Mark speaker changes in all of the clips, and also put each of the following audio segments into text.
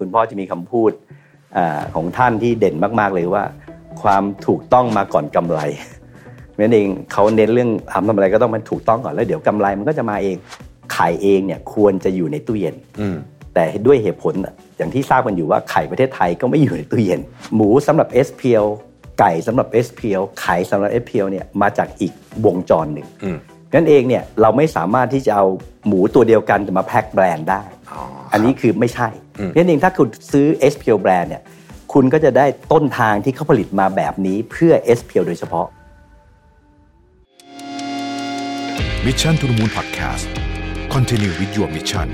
Speaker 1: คุณพ่อจะมีคำพูดอาของท่านที่เด่นมาก ๆ เลยว่า ความถูกต้องมาก่อนกำไร นั่นเองเขาเน้นเรื่องทำทำอะไรก็ต้องมันถูกต้องก่อนแล้วเดี๋ยวกำไรมันก็จะมาเองไข่เองเนี่ยควรจะอยู่ในตู้เย็น
Speaker 2: อืม
Speaker 1: แต่ด้วยเหตุผลอย่างที่ทราบกันอยู่ว่าไข่ประเทศไทยก็ไม่อยู่ในตู้เย็น หมูสำหรับ SPL ไก่สำหรับ SPL ไข่สำหรับ SPL เนี่ยมาจากอีกวงจรหนึ่ง
Speaker 2: อืม
Speaker 1: นั่นเองเนี่ยเราไม่สามารถที่จะเอาหมูตัวเดียวกันมาแพ็คแบรนด์ได้
Speaker 2: อ๋ออั
Speaker 1: อันนี้คือไม่ใช่
Speaker 2: อืม
Speaker 1: นั่นเองถ้าคุณซื้อ SPL แบรนด์เนี่ยคุณก็จะได้ต้นทางที่เขาผลิตมาแบบนี้เพื่อ SPL โดยเฉพาะ
Speaker 3: มิชชั่นทุ h มูลพอดแคสต์คอนเทนิววิดีโอมิชชั่น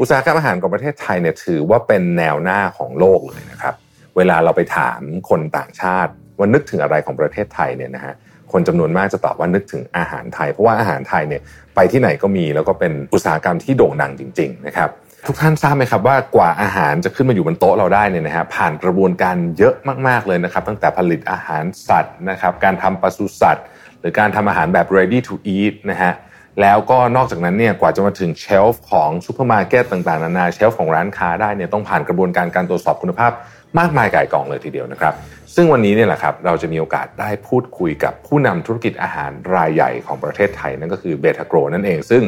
Speaker 2: อุตสาหกรรมอาหารของประเทศไทยเนี่ยถือว่าเป็นแนวหน้าของโลกเลยนะครับ เวลาเราไปถามคนต่างชาติว่านึกถึงอะไรของประเทศไทยเนี่ยนะฮะคนจำนวนมากจะตอบว่านึกถึงอาหารไทย เพราะว่าอาหารไทยเนี่ยไปที่ไหนก็มีแล้วก็เป็นอุตสาหกรรมที่โด่งดังจริงๆนะครับทุกท่านทราบไหมครับว่ากว่าอาหารจะขึ้นมาอยู่บนโต๊ะเราได้เนี่ยนะฮะผ่านกระบวนการเยอะมากๆเลยนะครับ ตั้งแต่ผลิตอาหารสัตว์นะครับการทำปศุสัตว์ หรือการทำอาหารแบบ ready to eat นะฮะ แล้วก็นอกจากนั้นเนี่ยกว่าจะมาถึงเชลฟ์ของซูเปอร์มาร์เก็ตต่างๆนานาเชลฟ์ของร้านค้าได้เนี่ยต้องผ่านกระบวนการการตรวจสอบคุณภาพมากมายก่ายกองเลยทีเดียวนะครับ ซึ่งวันนี้เนี่ยแหละครับเราจะมีโอกาสได้พูดคุยกับผู้นำธุรกิจอาหารรายใหญ่ของประเทศไทย นั่นก็คือเบทาโกรนั่นเอง ซึ่ง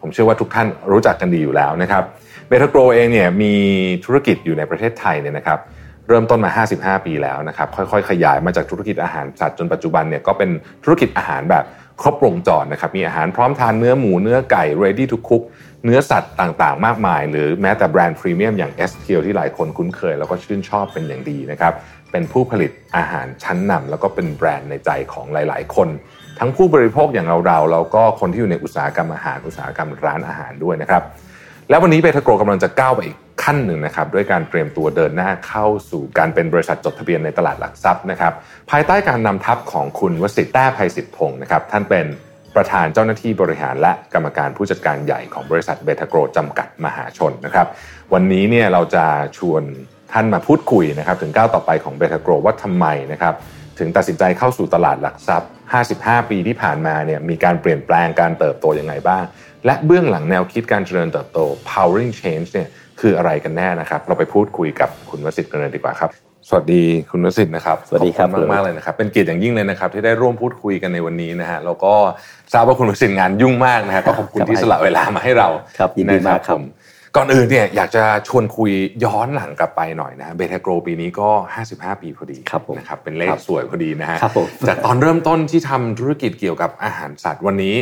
Speaker 2: ผมเชื่อว่าทุกท่านรู้จักกันดีอยู่แล้วนะครับเบทาโกรเองเนี่ยมีธุรกิจอยู่ในประเทศไทยเนี่ยนะครับ เริ่มต้นมา 55 ปีแล้วนะครับ ค่อย ๆ ขยายมาจากธุรกิจอาหารสัตว์จนปัจจุบันเนี่ยก็เป็นธุรกิจอาหารแบบครบวงจรนะครับ มีอาหารพร้อมทานเนื้อหมูเนื้อไก่ ready to cook เนื้อสัตว์ต่างๆ มากมาย หรือแม้แต่แบรนด์พรีเมียมอย่าง s t l ที่หลายคนคุ้นเคย แล้วก็ชื่นชอบเป็นอย่างดีนะครับ เป็นผู้ผลิตอาหารชั้นนำแล้วก็เป็นแบรนด์ในใจของหลาย ๆ คน ทั้งผู้บริโภคอย่างเราๆแล้วก็คนที่อยู่ในอุตสาหกรรมอาหารอุตสาหกรรมร้านอาหารด้วยนะครับ แล้ววันนี้เบทาโกรกำลังจะก้าวไปอีกขั้นหนึ่งนะครับด้วยการเตรียมตัวเดินหน้าเข้าสู่การเป็นบริษัทจดทะเบียนในตลาดหลักทรัพย์นะครับภายใต้การนำทัพของคุณวสิทธิ์แต้ภัยสิทธิพงศ์นะครับท่านเป็นประธานเจ้าหน้าที่บริหารและกรรมการผู้จัดการใหญ่ของบริษัทเบทาโกรจำกัดมหาชนนะครับวันนี้เนี่ยเราจะชวนท่านมาพูดคุยนะครับถึงก้าวต่อไปของเบทาโกรว่าทำไมนะครับ ถึงตัดสินใจเข้าสู่ตลาดหลักทรัพย์ 55 ปีที่ผ่านมาเนี่ยมีการเปลี่ยนแปลงการเติบโตยังไงบ้าง และเบื้องหลังแนวคิดการเจริญเติบโต powering change เนี่ยคืออะไรกันแน่นะครับ เราไปพูดคุยกับคุณวสิทธิ์กันเลยดีกว่าครับ สวัสดีคุณวสิทธิ์นะครับ
Speaker 1: สวัสดีครับ
Speaker 2: ขอณมากๆเลยนะครับ เป็นเกียรติอย่างยิ่งเลยนะครับ ที่ได้ร่วมพูดคุยกันในวันนี้นะฮะแล้วก็ทราบว่าคุณวสิทธิ์งานยุ่งมากนะฮะก็ขอบคุณที่สละเวลามาให้เรา
Speaker 1: ครับยินดีมากครับ
Speaker 2: นะผมก่อนอื่นเนี่ยอยากจะชวนคุยย้อนหลังกลับไปหน่อยนะเบทาโกรปีนี้ก็ 55 ปีพอดี
Speaker 1: ครับผม
Speaker 2: นะครับเป็นเลข
Speaker 1: ครับ
Speaker 2: สวยพอดีนะฮะ
Speaker 1: ครับผม
Speaker 2: จากตอนเริ่มต้นที่ทำธุรกิจเกี่ยวกับอาหารสัตว์วันนี้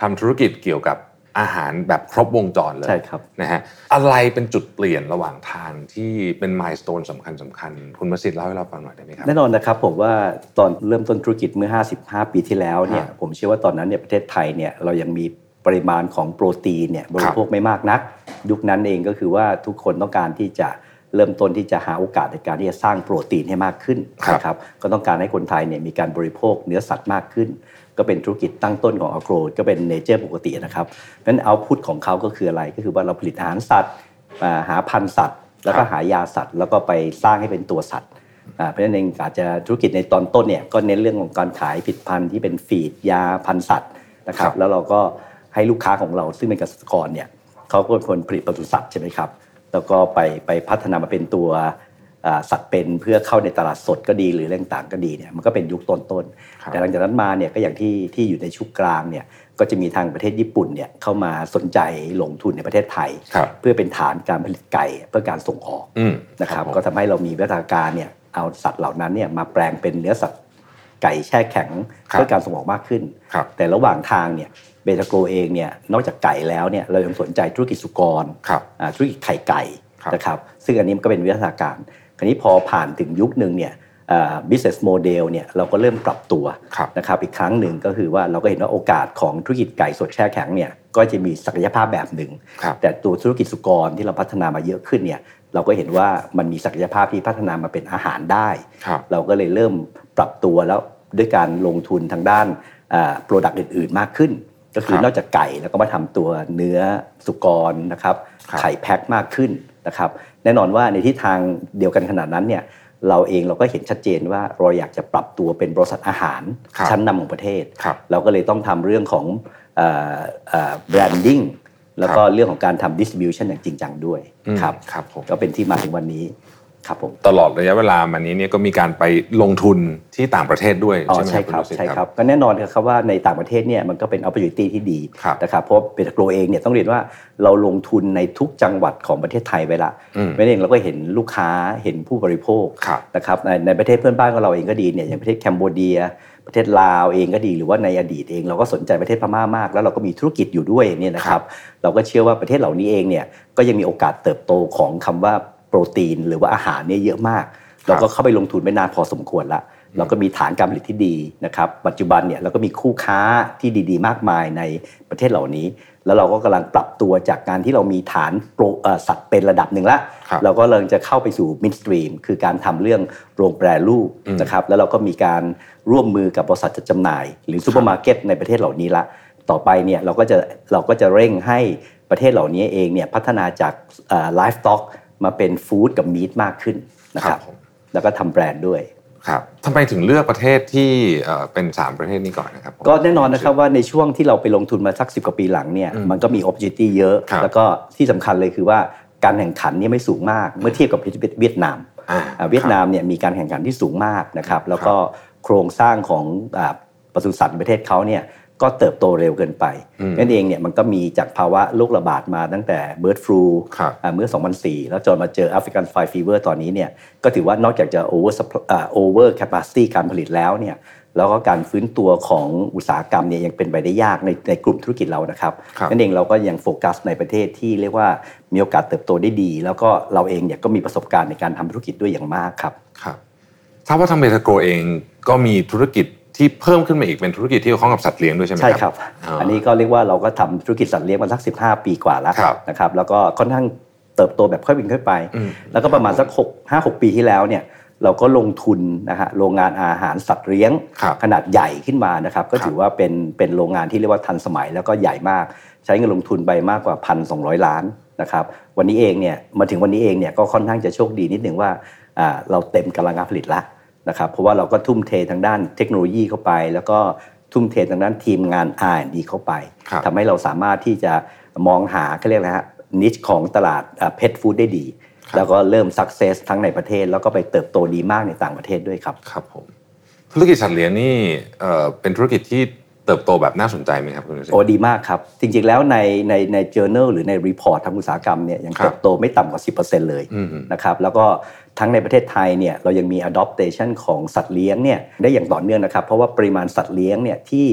Speaker 2: ทำธุรกิจเกี่ยวกับอาหารแบบครบวงจรเลย
Speaker 1: ใช่ครับ
Speaker 2: นะฮะอะไรเป็นจุดเปลี่ยนระหว่างทางที่เป็นมายสเตนสำคัญสคัญๆคุณประสิทธิ์เล่าให้เราฟังหน่อยได้ไหมครับ
Speaker 1: แน่นอนนะครับผมว่าตอนเริ่มต้นธุรกิจเมื่อ 55 ปีที่แล้วเนี่ยผมเชื่อว่าตอนนั้นเนี่ยประเทศไทยเนี่ยเรายังมีปริมาณของโปรตีนเนี่ยบริโภคไม่มากนัก ยุคนั้นเองก็คือว่าทุกคนต้องการที่จะเริ่มต้นที่จะหาโอกาสในการที่จะสร้างโปรตีนให้มากขึ้น
Speaker 2: ครับ
Speaker 1: นะครับก็ต้องการให้คนไทยเนี่ยมีการบริโภคเนื้อสัตว์มากขึ้น ก็เป็นธุรกิจตั้งต้นของอ r o รก็เป็นเนเจอร์ปกตินะครับนั้นเอาพุทของเขาก็คืออะไรก็คือว่าเราผลิตอาหารสัตว์อ่าหาพันธุ์สัตว์ แล้วก็หายาสัตว์ แล้วก็ไปสร้างให้เป็นตัวสัตว์ อ่าเพราะฉะนั้นเองอาจจะธุรกิจในตอนต้นเนี่ยก็เน้นเรื่องของการขายผลิดพันธุ์ที่เป็นฟีดยาพันธุ์สัตว์นะครั
Speaker 2: ครับ บ
Speaker 1: แล้วเราก็ให้ลูกค้าของเราซึ่งเป็นเกษตรกรเนี่ยเขาก็เป็นคนผลิตปศุสัตว์ใช่ไหมครับแล้วก็ไปไปพัฒนามาเป็นตัวอ่าสัตว์เป็นเพื่อเข้าในตลาดสดก็ดีหรือเรื่องต่างก็ดีเนี่ยมันก็เป็นยุคต้นต้นๆแต่หลังจากนั้นมาเนี่ยก็อย่างที่ที่อยู่ในชุกกลางเนี่ยก็จะมีทางประเทศญี่ปุ่นเนี่ยเข้ามาสนใจลงทุนในประเทศไทย
Speaker 2: ครับ
Speaker 1: เพื่อเป็นฐานการผลิตไก่เพื่อการส่งออก
Speaker 2: อืม
Speaker 1: นะครับก็ทำให้เรามีวิทยาการเนี่ยเอาสัตว์เหล่านั้นเนี่ยมาแปลงเป็นเนื้อสัตว์ไก่แช่แข็ง
Speaker 2: ครับ
Speaker 1: เพื่อการส่งออกมากขึ้น
Speaker 2: ครับ
Speaker 1: แต่ระหว่างทางเนี่ยเบตาโกรเองเนี่ยนอกจากไก่แล้วเนี่ยเรายังสนใจธุรกิจสุกร
Speaker 2: ครับ
Speaker 1: อ่าธุรกิจไข่ไก่
Speaker 2: ครับ
Speaker 1: นะครับซึ่งอันนี้มันก็เป็นวิทยาการ คราวนี้พอผ่านถึงยุคหนึ่งเนี่ยอ่า business model เนี่ยเราก็เริ่มปรับตัว
Speaker 2: ครับ
Speaker 1: นะครับอีกครั้งหนึ่งก็คือว่าเราก็เห็นว่าโอกาสของธุรกิจไก่สดแช่แข็งเนี่ยก็จะมีศักยภาพแบบหนึ่ง
Speaker 2: ครับ
Speaker 1: แต่ตัวธุรกิจสุกรที่เราพัฒนามาเยอะขึ้นเนี่ยเราก็เห็นว่ามันมีศักยภาพที่พัฒนามาเป็นอาหารได้
Speaker 2: ครับ
Speaker 1: เราก็เลยเริ่มปรับตัวแล้วด้วยการลงทุนทางด้านโปรดักต์อื่นๆมากขึ้น ก็คือ
Speaker 2: ครับ
Speaker 1: นอกจากไก่แล้วก็มาทำตัวเนื้อสุกรนะครับ
Speaker 2: ครับ
Speaker 1: ไข่แพ็คมากขึ้นนะครับแน่นอนว่าในทิศทางเดียวกันขนาดนั้นเนี่ยเราเองเราก็เห็นชัดเจนว่าเราอยากจะปรับตัวเป็นบริษัทอาหาร
Speaker 2: ครับ
Speaker 1: ชั้นนำของประเทศ
Speaker 2: ครับ
Speaker 1: เราก็เลยต้องทำเรื่องของ แบรนดิ้งแล้วก็เรื่องของการทำดิสติบิวชันอย่างจริงจังด้วยครับ
Speaker 2: ครับผม
Speaker 1: ก็เป็นที่มาถึงวันนี้ครับผม
Speaker 2: ตลอดระยะเวลามานี้เนี่ยก็มีการไปลงทุนที่ต่างประเทศด้วย
Speaker 1: อ๋อ
Speaker 2: ใช่ไหมค
Speaker 1: ใช่ค
Speaker 2: รับ
Speaker 1: รับ
Speaker 2: ณสิทธิ์
Speaker 1: ใช่ครับก็แน่นอนครับว่าในต่างประเทศเนี่ยมันก็เป็น opportunity ที่ดี
Speaker 2: ครับ
Speaker 1: นะครับเพราะเป็นโกลเองเนี่ยต้องเรียนว่าเราลงทุนในทุกจังหวัดของประเทศไทยไปละ
Speaker 2: อืม
Speaker 1: เพราะฉะนั่นเองเราก็เห็นลูกค้าเห็นผู้บริโภค
Speaker 2: ครับ
Speaker 1: นะครับในในประเทศเพื่อนบ้านของเราเองก็ดีเนี่ยอย่างประเทศแคนโบเดีย ประเทศลาวเองก็ดีหรือว่าในอดีตเอง เราก็สนใจประเทศพม่ามาก แล้วเราก็มีธุรกิจอยู่ด้วยเนี่ยนะครับเราก็เชื่อว่าประเทศเหล่านี้เองเนี่ยก็ยังมีโอกาสเติบโตของคำว่าโปรตีน หรือว่าอาหารเนี่ยเยอะมาก
Speaker 2: ครับ
Speaker 1: เราก็เข้าไปลงทุนไม่นานพอสมควรละ เราก็มีฐานการผลิตที่ดีนะครับ ปัจจุบันเนี่ยเราก็มีคู่ค้าที่ดีๆ มากมายในประเทศเหล่านี้ แล้วเราก็กำลังปรับตัวจากการที่เรามีฐานโปรเอ่อสัตว์เป็นระดับหนึ่งละ
Speaker 2: ครับ
Speaker 1: เราก็เริ่มจะเข้าไปสู่มิดสตรีมคือการทำเรื่องโรงแปรรูป
Speaker 2: อืม
Speaker 1: นะครับแล้วเราก็มีการร่วมมือกับบริษัทจัดจำหน่าย หรือซูเปอร์มาร์เก็ตในประเทศเหล่านี้ละ ต่อไปเนี่ยเราก็จะเราก็จะเร่งให้ประเทศเหล่านี้เองเนี่ยพัฒนาจากไลฟ์สต็อกมาเป็นฟู้ดกับมีทมากขึ้นนะครับ
Speaker 2: ครับผม
Speaker 1: แล้วก็ทำแบรนด์ด้วย
Speaker 2: ครับทำไมถึงเลือกประเทศที่เอ่อเป็น 3 ประเทศนี้ก่อนนะครับผม
Speaker 1: ก็แน่นอนนะครับว่าในช่วงที่เราไปลงทุนมาสักสิกว่าปีหลังเนี่ย
Speaker 2: อืม
Speaker 1: มันก็มีโอกาสเยอะ
Speaker 2: ครับ
Speaker 1: แล้วก็ที่สำคัญเลยคือว่าการแข่งขันเนี่ยไม่สูงมากเมื่อเทียบกับประเทศเวียดนาม
Speaker 2: อ่า
Speaker 1: อ่าเวียดนามเนี่ยมีการแข่งขันที่สูงมากนะครับแล้วก็โครงสร้างของอ่าปศุสัตว์ในประเทศเขาเนี่ยก็เติบโตเร็วเกินไป
Speaker 2: อืม
Speaker 1: นั่นเองเนี่ยมันก็มีจากภาวะโรคระบาดมาตั้งแต่เบิร์ดฟลู
Speaker 2: ครับ
Speaker 1: เมื่อ 2004 แล้วจนมาเจอแอฟริกันไฟฟีเวอร์ตอนนี้เนี่ยก็ถือว่านอกจากจะโอเวอร์โอเวอร์แคปซิตี้การผลิตแล้วเนี่ย แล้วก็การฟื้นตัวของอุตสาหกรรมเนี่ยยังเป็นไปได้ยากในในกลุ่มธุรกิจเรานะครับ
Speaker 2: ครับ
Speaker 1: นั่นเองเราก็ยังโฟกัสในประเทศที่เรียกว่ามีโอกาสเติบโตได้ดี แล้วก็เราเองเนี่ยก็มีประสบการณ์ในการทำธุรกิจด้วยอย่างมากครับ
Speaker 2: ครับทราบว่าทางเบทาโกรเองก็มีธุรกิจที่เพิ่มขึ้นมาอีกเป็นธุรกิจที่เกี่ยวข้องกับสัตว์เลี้ยงด้วยใช่ไหม
Speaker 1: ใช่ครับ
Speaker 2: อ๋ออั
Speaker 1: อันนี้ก็เรียกว่าเราก็ทำธุรกิจสัตว์เลี้ยงมาสัก 15 ปีกว่าแล้ว
Speaker 2: ครับ
Speaker 1: นะครับ แล้วก็ค่อนข้างเติบโตแบบค่อยเป็นค่อยไป
Speaker 2: อืม
Speaker 1: แล้วก็ประมาณสัก6 5 6 ปีที่แล้วเนี่ยเราก็ลงทุนนะฮะโรงงานอาหารสัตว์เลี้ยง
Speaker 2: ครับ
Speaker 1: ขนาดใหญ่ขึ้นมานะครับก็
Speaker 2: ครับ
Speaker 1: ถือว่าเป็นเป็นโรงงานที่เรียกว่าทันสมัยแล้วก็ใหญ่มาก ใช้เงินลงทุนไปมากกว่า 1,200 ล้านนะครับวันนี้เองเนี่ยมาถึงวันนี้เองเนี่ยก็ค่อนข้างจะโชคดีนิดหนึ่งว่าอ่าเราเต็มกำลังการผลิตละนะครับเพราะว่าเราก็ทุ่มเททางด้านเทคโนโลยีเข้าไป แล้วก็ทุ่มเททางด้านทีมงาน R&D เข้าไป
Speaker 2: ครับ
Speaker 1: ทำให้เราสามารถที่จะมองหาเขาเรียกอะไรฮะนิชของตลาดเพชฟู้ดได้ดี
Speaker 2: ครับ
Speaker 1: แล้วก็เริ่มสักเซสทั้งในประเทศ แล้วก็ไปเติบโตดีมากในต่างประเทศด้วยครับ
Speaker 2: ครับผมธุรกิจสัตว์เลี้ยงนี่เอ่อเป็นธุรกิจที่เติบโตแบบน่าสนใจไหมครับคุณสิท
Speaker 1: โอ้
Speaker 2: ธิ์
Speaker 1: ดีมากครับ จริงๆแล้วในในใน journal หรือใน report ทางอุตสาหกรรมเนี่ยยัง
Speaker 2: ครับ
Speaker 1: เติบโตไม่ต่ำกว่า 10%เลย
Speaker 2: อืมอืม
Speaker 1: นะครับแล้วก็ทั้งในประเทศไทยเนี่ยเรายังมี adoption ของสัตว์เลี้ยงเนี่ยได้อย่างต่อเนื่องนะครับ เพราะว่าปริมาณสัตว์เลี้ยงเนี่ยที่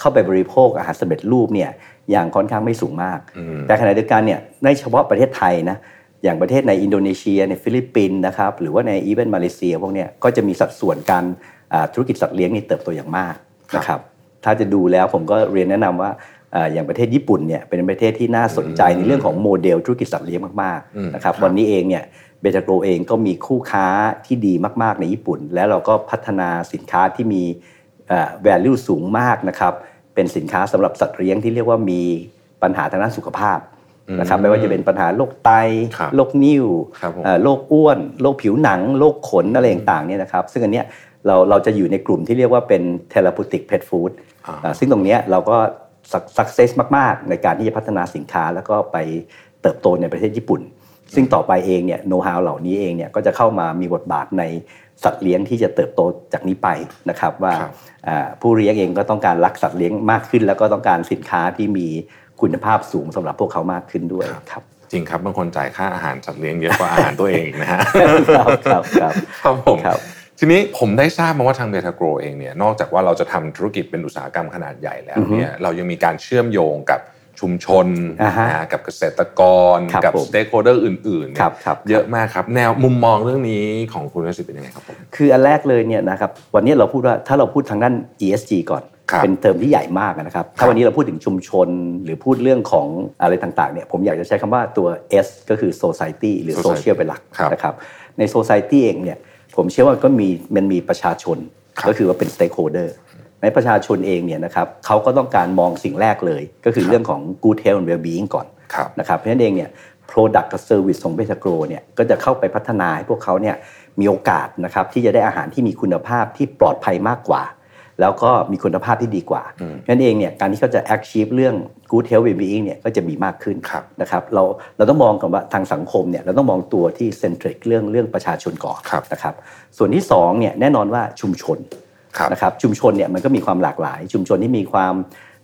Speaker 1: เข้าไปบริโภคอาหารสำเร็จรูปเนี่ยอย่างค่อนข้างไม่สูงมาก
Speaker 2: อืม
Speaker 1: แต่ขณะเดียวกันเนี่ยในเฉพาะประเทศไทยนะอย่างประเทศในอินโดนีเซียในฟิลิปปินส์นะครับหรือว่าในอีเวนมาเลเซียพวกเนี้ยก็จะมีสัดส่วนการอ่าธุรกิจสัตว์เลี้ยงนี่เติบโตอย่างมากนะครับถ้าจะดูแล้วผมก็เรียนแนะนำว่าอ่าอย่างประเทศญี่ปุ่นเนี่ยเป็นประเทศที่น่าสนใจในเรื่องของโมเดลธุรกิจสัตว์เลี้ยงมาก
Speaker 2: อืม
Speaker 1: ๆนะครับวันนี้เองเนี่ยเบตาโกรเองก็มีคู่ค้าที่ดีมากๆในญี่ปุ่น และเราก็พัฒนาสินค้าที่มี เอ่อ value สูงมากนะครับ เป็นสินค้าสำหรับสัตว์เลี้ยงที่เรียกว่ามีปัญหาทางด้านสุขภาพนะครับ
Speaker 2: อืม
Speaker 1: ไม่ว่าจะเป็นปัญหาโรคไต
Speaker 2: ครับ
Speaker 1: โรคนิ่ว
Speaker 2: ครับผม
Speaker 1: เอ่อโรคอ้วน โรคผิวหนัง โรคขนอะไรต่างๆเนี่ยนะครับ ซึ่งอันเนี้ยเราเราจะอยู่ในกลุ่มที่เรียกว่าเป็น therapeutic pet food
Speaker 2: อ่า
Speaker 1: อ่าซึ่งตรงเนี้ยเราก็ suc- success มาก ๆ ในการที่จะพัฒนาสินค้าแล้วก็ไปเติบโตในประเทศญี่ปุ่น ซึ่งต่อไปเองเนี่ยโน้ตฮาวเหล่านี้เองเนี่ยก็จะเข้ามามีบทบาทในสัตว์เลี้ยงที่จะเติบโตจากนี้ไปนะครับว่า
Speaker 2: ครับ
Speaker 1: อ่าผู้เลี้ยงเองก็ต้องการรักสัตว์เลี้ยงมากขึ้น แล้วก็ต้องการสินค้าที่มีคุณภาพสูงสำหรับพวกเขามากขึ้นด้วยครับ
Speaker 2: จริงครับบางคนจ่ายค่าอาหารสัตว์เลี้ยงเยอะกว่าอาหารตัวเองอีกนะฮะ
Speaker 1: ครับ ครับครับ
Speaker 2: ครับผม
Speaker 1: ครับ
Speaker 2: ทีนี้ผมได้ทราบมาว่าทางเบทาโกรเองเนี่ยนอกจากว่าเราจะทำธุรกิจเป็นอุตสาหกรรมขนาดใหญ่แล้วเนี่ยเรายังมีการเชื่อมโยงกับชุมชน
Speaker 1: อ่าฮะ
Speaker 2: นะฮะกับเกษตรกร
Speaker 1: ครับ
Speaker 2: กั
Speaker 1: ผม
Speaker 2: สเต็กโฮเดอร์อื่นๆเนี่
Speaker 1: ครั
Speaker 2: ย
Speaker 1: บครับ
Speaker 2: เยอะมากครับ แนวมุมมองเรื่องนี้ของคุณวสิทธิ์เป็นยังไงครับผม
Speaker 1: คืออันแรกเลยเนี่ยนะครับวันนี้เราพูดว่าถ้าเราพูดทางด้าน ESG ก่อน
Speaker 2: ครับ
Speaker 1: เป็นเทอมที่ใหญ่มากนะครับ ถ้าวันนี้เราพูดถึงชุมชนหรือพูดเรื่องของอะไรต่างๆเนี่ยผมอยากจะใช้คำว่าตัว S ก็คือ society หรือ
Speaker 2: Society
Speaker 1: social เป็นหลัก
Speaker 2: ครับ
Speaker 1: นะครับใน society เองเนี่ยผมเชื่อว่าก็มีมันมีประชาชน
Speaker 2: ครับ
Speaker 1: ก็คือว่าเป็น stakeholder ในประชาชนเองเนี่ยนะครับเขาก็ต้องการมองสิ่งแรกเลย ก็คือ
Speaker 2: ครับ
Speaker 1: เรื่องของ good health and well-being ก่อน
Speaker 2: ครับ
Speaker 1: นะครับเพราะฉะนั้นเองเนี่ย Product กับ Service ของเบสโกรเนี่ยก็จะเข้าไปพัฒนาให้พวกเขาเนี่ยมีโอกาสนะครับที่จะได้อาหารที่มีคุณภาพที่ปลอดภัยมากกว่า แล้วก็มีคุณภาพที่ดีกว่า
Speaker 2: อืม
Speaker 1: นั่นเองเนี่ยการที่เขาจะ achieve เรื่อง good health well-being เนี่ยก็จะมีมากขึ้น
Speaker 2: ครับ
Speaker 1: นะครับเราเราต้องมองก่อนว่าทางสังคมเนี่ยเราต้องมองตัวที่ centric เรื่องเรื่องประชาชนก่อน
Speaker 2: ครับ
Speaker 1: นะครับส่วนที่สองเนี่ยแน่นอนว่าชุมชน
Speaker 2: ครับ
Speaker 1: นะครับชุมชนเนี่ยมันก็มีความหลากหลาย ชุมชนที่มีความ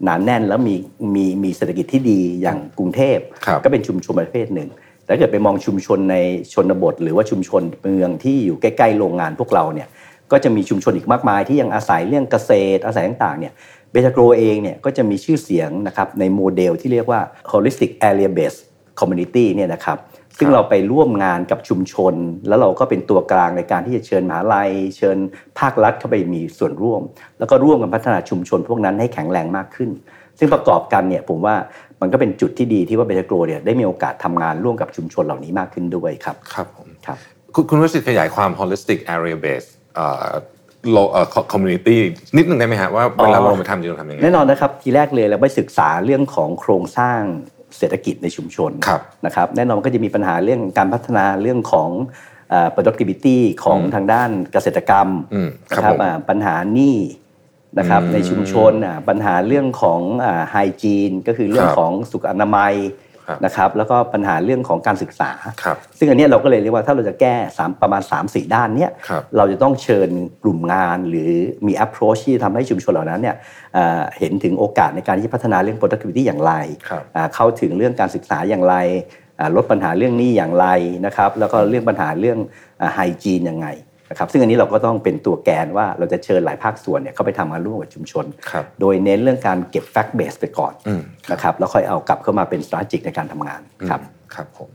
Speaker 1: หนานแน่นแล้วมีมีมีเศรษฐกิจที่ดีอย่างกรุงเทพ
Speaker 2: ครับ
Speaker 1: ก็เป็นชุมชนประเภทหนึ่ง แต่ถ้าเกิดไปมองชุมชนในชนบท หรือว่าชุมชนเมืองที่อยู่ใกล้ๆโรงงานพวกเราเนี่ยก็จะมีชุมชนอีกมากมายที่ยังอาศัยเรื่องเกษตร อาศัยต่างๆเนี่ยเบตาโกรเองเนี่ยก็จะมีชื่อเสียงนะครับในโมเดลที่เรียกว่า holistic area based community เนี่ยนะครับซึ่ง
Speaker 2: ครับ
Speaker 1: เรา เราไปร่วมงานกับชุมชน แล้วเราก็เป็นตัวกลางในการที่จะเชิญมหาลัย เชิญภาครัฐเข้าไปมีส่วนร่วม แล้วก็ร่วมกันพัฒนาชุมชนพวกนั้นให้แข็งแรงมากขึ้น ซึ่งประกอบกันเนี่ยผมว่ามันก็เป็นจุดที่ดีที่ว่าเบตาโกรเนี่ยได้มีโอกาสทำงานร่วมกับชุมชนเหล่านี้มากขึ้นด้วยครับ
Speaker 2: ครับผม
Speaker 1: ครับ
Speaker 2: คุณคุณวสิทธิ์ขยายความ holistic area based เอ่อ lo- เอ่อ community นิดหนึ่งได้ไหมฮะว่าเวลาเราลงไปทำจริงๆทำยังไง
Speaker 1: แน่นอนนะครับทีแรกเลยเราไปศึกษาเรื่องของโครงสร้างเศรษฐกิจในชุมชน
Speaker 2: ครับ
Speaker 1: นะครับแน่นอนก็จะมีปัญหาเรื่องการพัฒนาเรื่องของเอ่อ productivity ของ
Speaker 2: อืม
Speaker 1: ทางด้านเกษตรกรรม
Speaker 2: อืมครับ
Speaker 1: นะครับ
Speaker 2: ผม
Speaker 1: อ่าปัญหาหนี้นะครับ
Speaker 2: อืม
Speaker 1: ในชุมชนอ่าปัญหาเรื่องของไฮจีนก็คือเรื่อง
Speaker 2: ครับ
Speaker 1: ของสุขอนามัย
Speaker 2: ครับ
Speaker 1: นะครับแล้วก็ปัญหาเรื่องของการศึกษา
Speaker 2: ครับ
Speaker 1: ซึ่งอันเนี้ยเราก็เลยเรียกว่าถ้าเราจะแก้สามประมาณ 3 4 ด้านเนี้ย
Speaker 2: ครับ
Speaker 1: เราจะต้องเชิญกลุ่มงานหรือมี approach ที่ทำให้ชุมชนเหล่านั้นเนี่ยเอ่อเห็นถึงโอกาสในการที่พัฒนาเรื่อง productivity อย่างไร
Speaker 2: ครับ
Speaker 1: อ่าเข้าถึงเรื่องการศึกษาอย่างไรอ่าลดปัญหาเรื่องหนี้อย่างไรนะครับแล้วก็เรื่องปัญหาเรื่องไฮจีนยังไงนะครับซึ่งอันนี้เราก็ต้องเป็นตัวแกนว่าเราจะเชิญหลายภาคส่วนเนี่ยเข้าไปทำงานร่วมกับชุมชน
Speaker 2: ครับ
Speaker 1: โดยเน้นเรื่องการเก็บ fact base ไปก่อน
Speaker 2: อืม
Speaker 1: นะครับแล้วค่อยเอากลับเข้ามาเป็น strategic ในการทำงานครับ
Speaker 2: อืมครับผม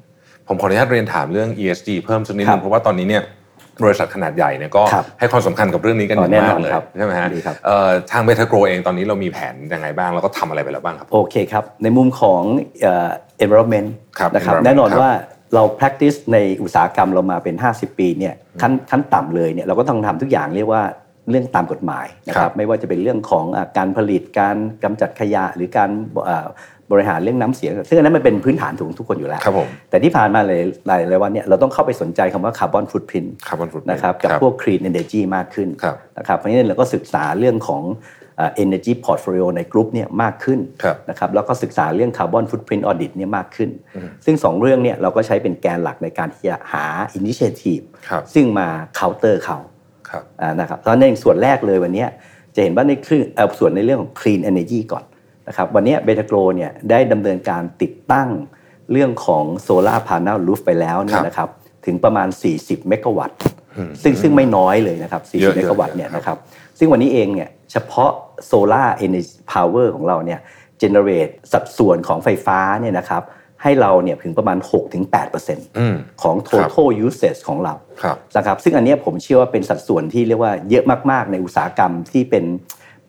Speaker 2: ผมขออนุญาตเรียนถามเรื่อง ESG เพิ่มสักนิดนึ
Speaker 1: ครั
Speaker 2: ง
Speaker 1: บ
Speaker 2: เพราะว่าตอนนี้เนี่ยบริษัทขนาดใหญ่เนี่ยก็
Speaker 1: ครับ
Speaker 2: ให้ความสำคัญกับเรื่องนี้กันอ
Speaker 1: อ๋อยู่ แน่น
Speaker 2: มา
Speaker 1: อก น
Speaker 2: เลย
Speaker 1: ครับ
Speaker 2: ใช่ไหมฮะ
Speaker 1: ดีครับ
Speaker 2: เอ่อทางเบทโกรเองตอนนี้เรามีแผนยังไงบ้างแล้วก็ทำอะไรไปแล้วบ้างครับ
Speaker 1: โอเคครับ ในมุมของเอ่อ environment
Speaker 2: ครับ
Speaker 1: นะครับ
Speaker 2: environment
Speaker 1: แน่นอน
Speaker 2: ครับ
Speaker 1: ว่าเรา practice ในอุตสาหกรรมเรามาเป็น 50 ปีเนี่ยขั้นขั้นต่ำเลยเนี่ยเราก็ต้องทำทุกอย่างเรียกว่าเรื่องตามกฎหมายนะค
Speaker 2: ครั
Speaker 1: รั
Speaker 2: บบ
Speaker 1: ไม่ว่าจะเป็นเรื่องของอ่ะการผลิตการกำจัดขยะ หรือการเอ่อบริหารเรื่องน้ำเสีย ซึ่งอันนั้นมันเป็นพื้นฐานถูกทุกคนอยู่แล้ว
Speaker 2: ครับผม
Speaker 1: แต่ที่ผ่านมาหลายหลายหลายวันเนี่ยเราต้องเข้าไปสนใจคำว่า carbon footprint
Speaker 2: คาร์บอนฟุต
Speaker 1: นะครับกับพวก Clean Energy มากขึ้น
Speaker 2: ครับ
Speaker 1: นะครับเพราะฉะนั้นเราก็ศึกษาเรื่องของเอ่อ Energy Portfolio ในกลุ่มเนี่ยมากขึ้น
Speaker 2: ครับ
Speaker 1: นะครับแล้วก็ศึกษาเรื่อง Carbon Footprint Audit เนี่ยมากขึ้น ซึ่งสองเรื่องเนี่ยเราก็ใช้เป็นแกนหลักในการที่จะหา Initiative
Speaker 2: ครับ
Speaker 1: ซึ่งมา counter เขา
Speaker 2: ครับ
Speaker 1: อ่านะครับเพราะฉะนั้นส่วนแรกเลยวันเนี้ยจะเห็นว่าในคลื่นเอ่อส่วนในเรื่องของ Clean Energy ก่อนนะครับวันเนี้เบตาโกรเนี่ยได้ดำเนินการติดตั้งเรื่องของโซลาร์พา e นลรูฟไปแล้วเนี่
Speaker 2: ค
Speaker 1: ย
Speaker 2: รับ
Speaker 1: นะครับถึงประมาณ 40 เมกะวัตต์ ซึ่งซึ่งไม่น้อยเลยนะครับ
Speaker 2: เยอะ
Speaker 1: 40 เมกะวัตต์
Speaker 2: เยอะ
Speaker 1: เนี่ยนะครับ ซึ่งวันนี้เองเนี่ยเฉพาะโซลาร์เอเนจพาวเวอร์ของเราเนี่ยเจเนเรตสัดส่วนของไฟฟ้าเนี่ยนะครับให้เราเนี่ยถึงประมาณ
Speaker 2: อืม
Speaker 1: 6-8%ของ total usage ของเรา
Speaker 2: ครับ
Speaker 1: นะครับซึ่งอันเนี้ยผมเชื่อว่าเป็นสัดส่วนที่เรียกว่าเยอะมาก ๆ ในอุตสาหกรรมที่เป็น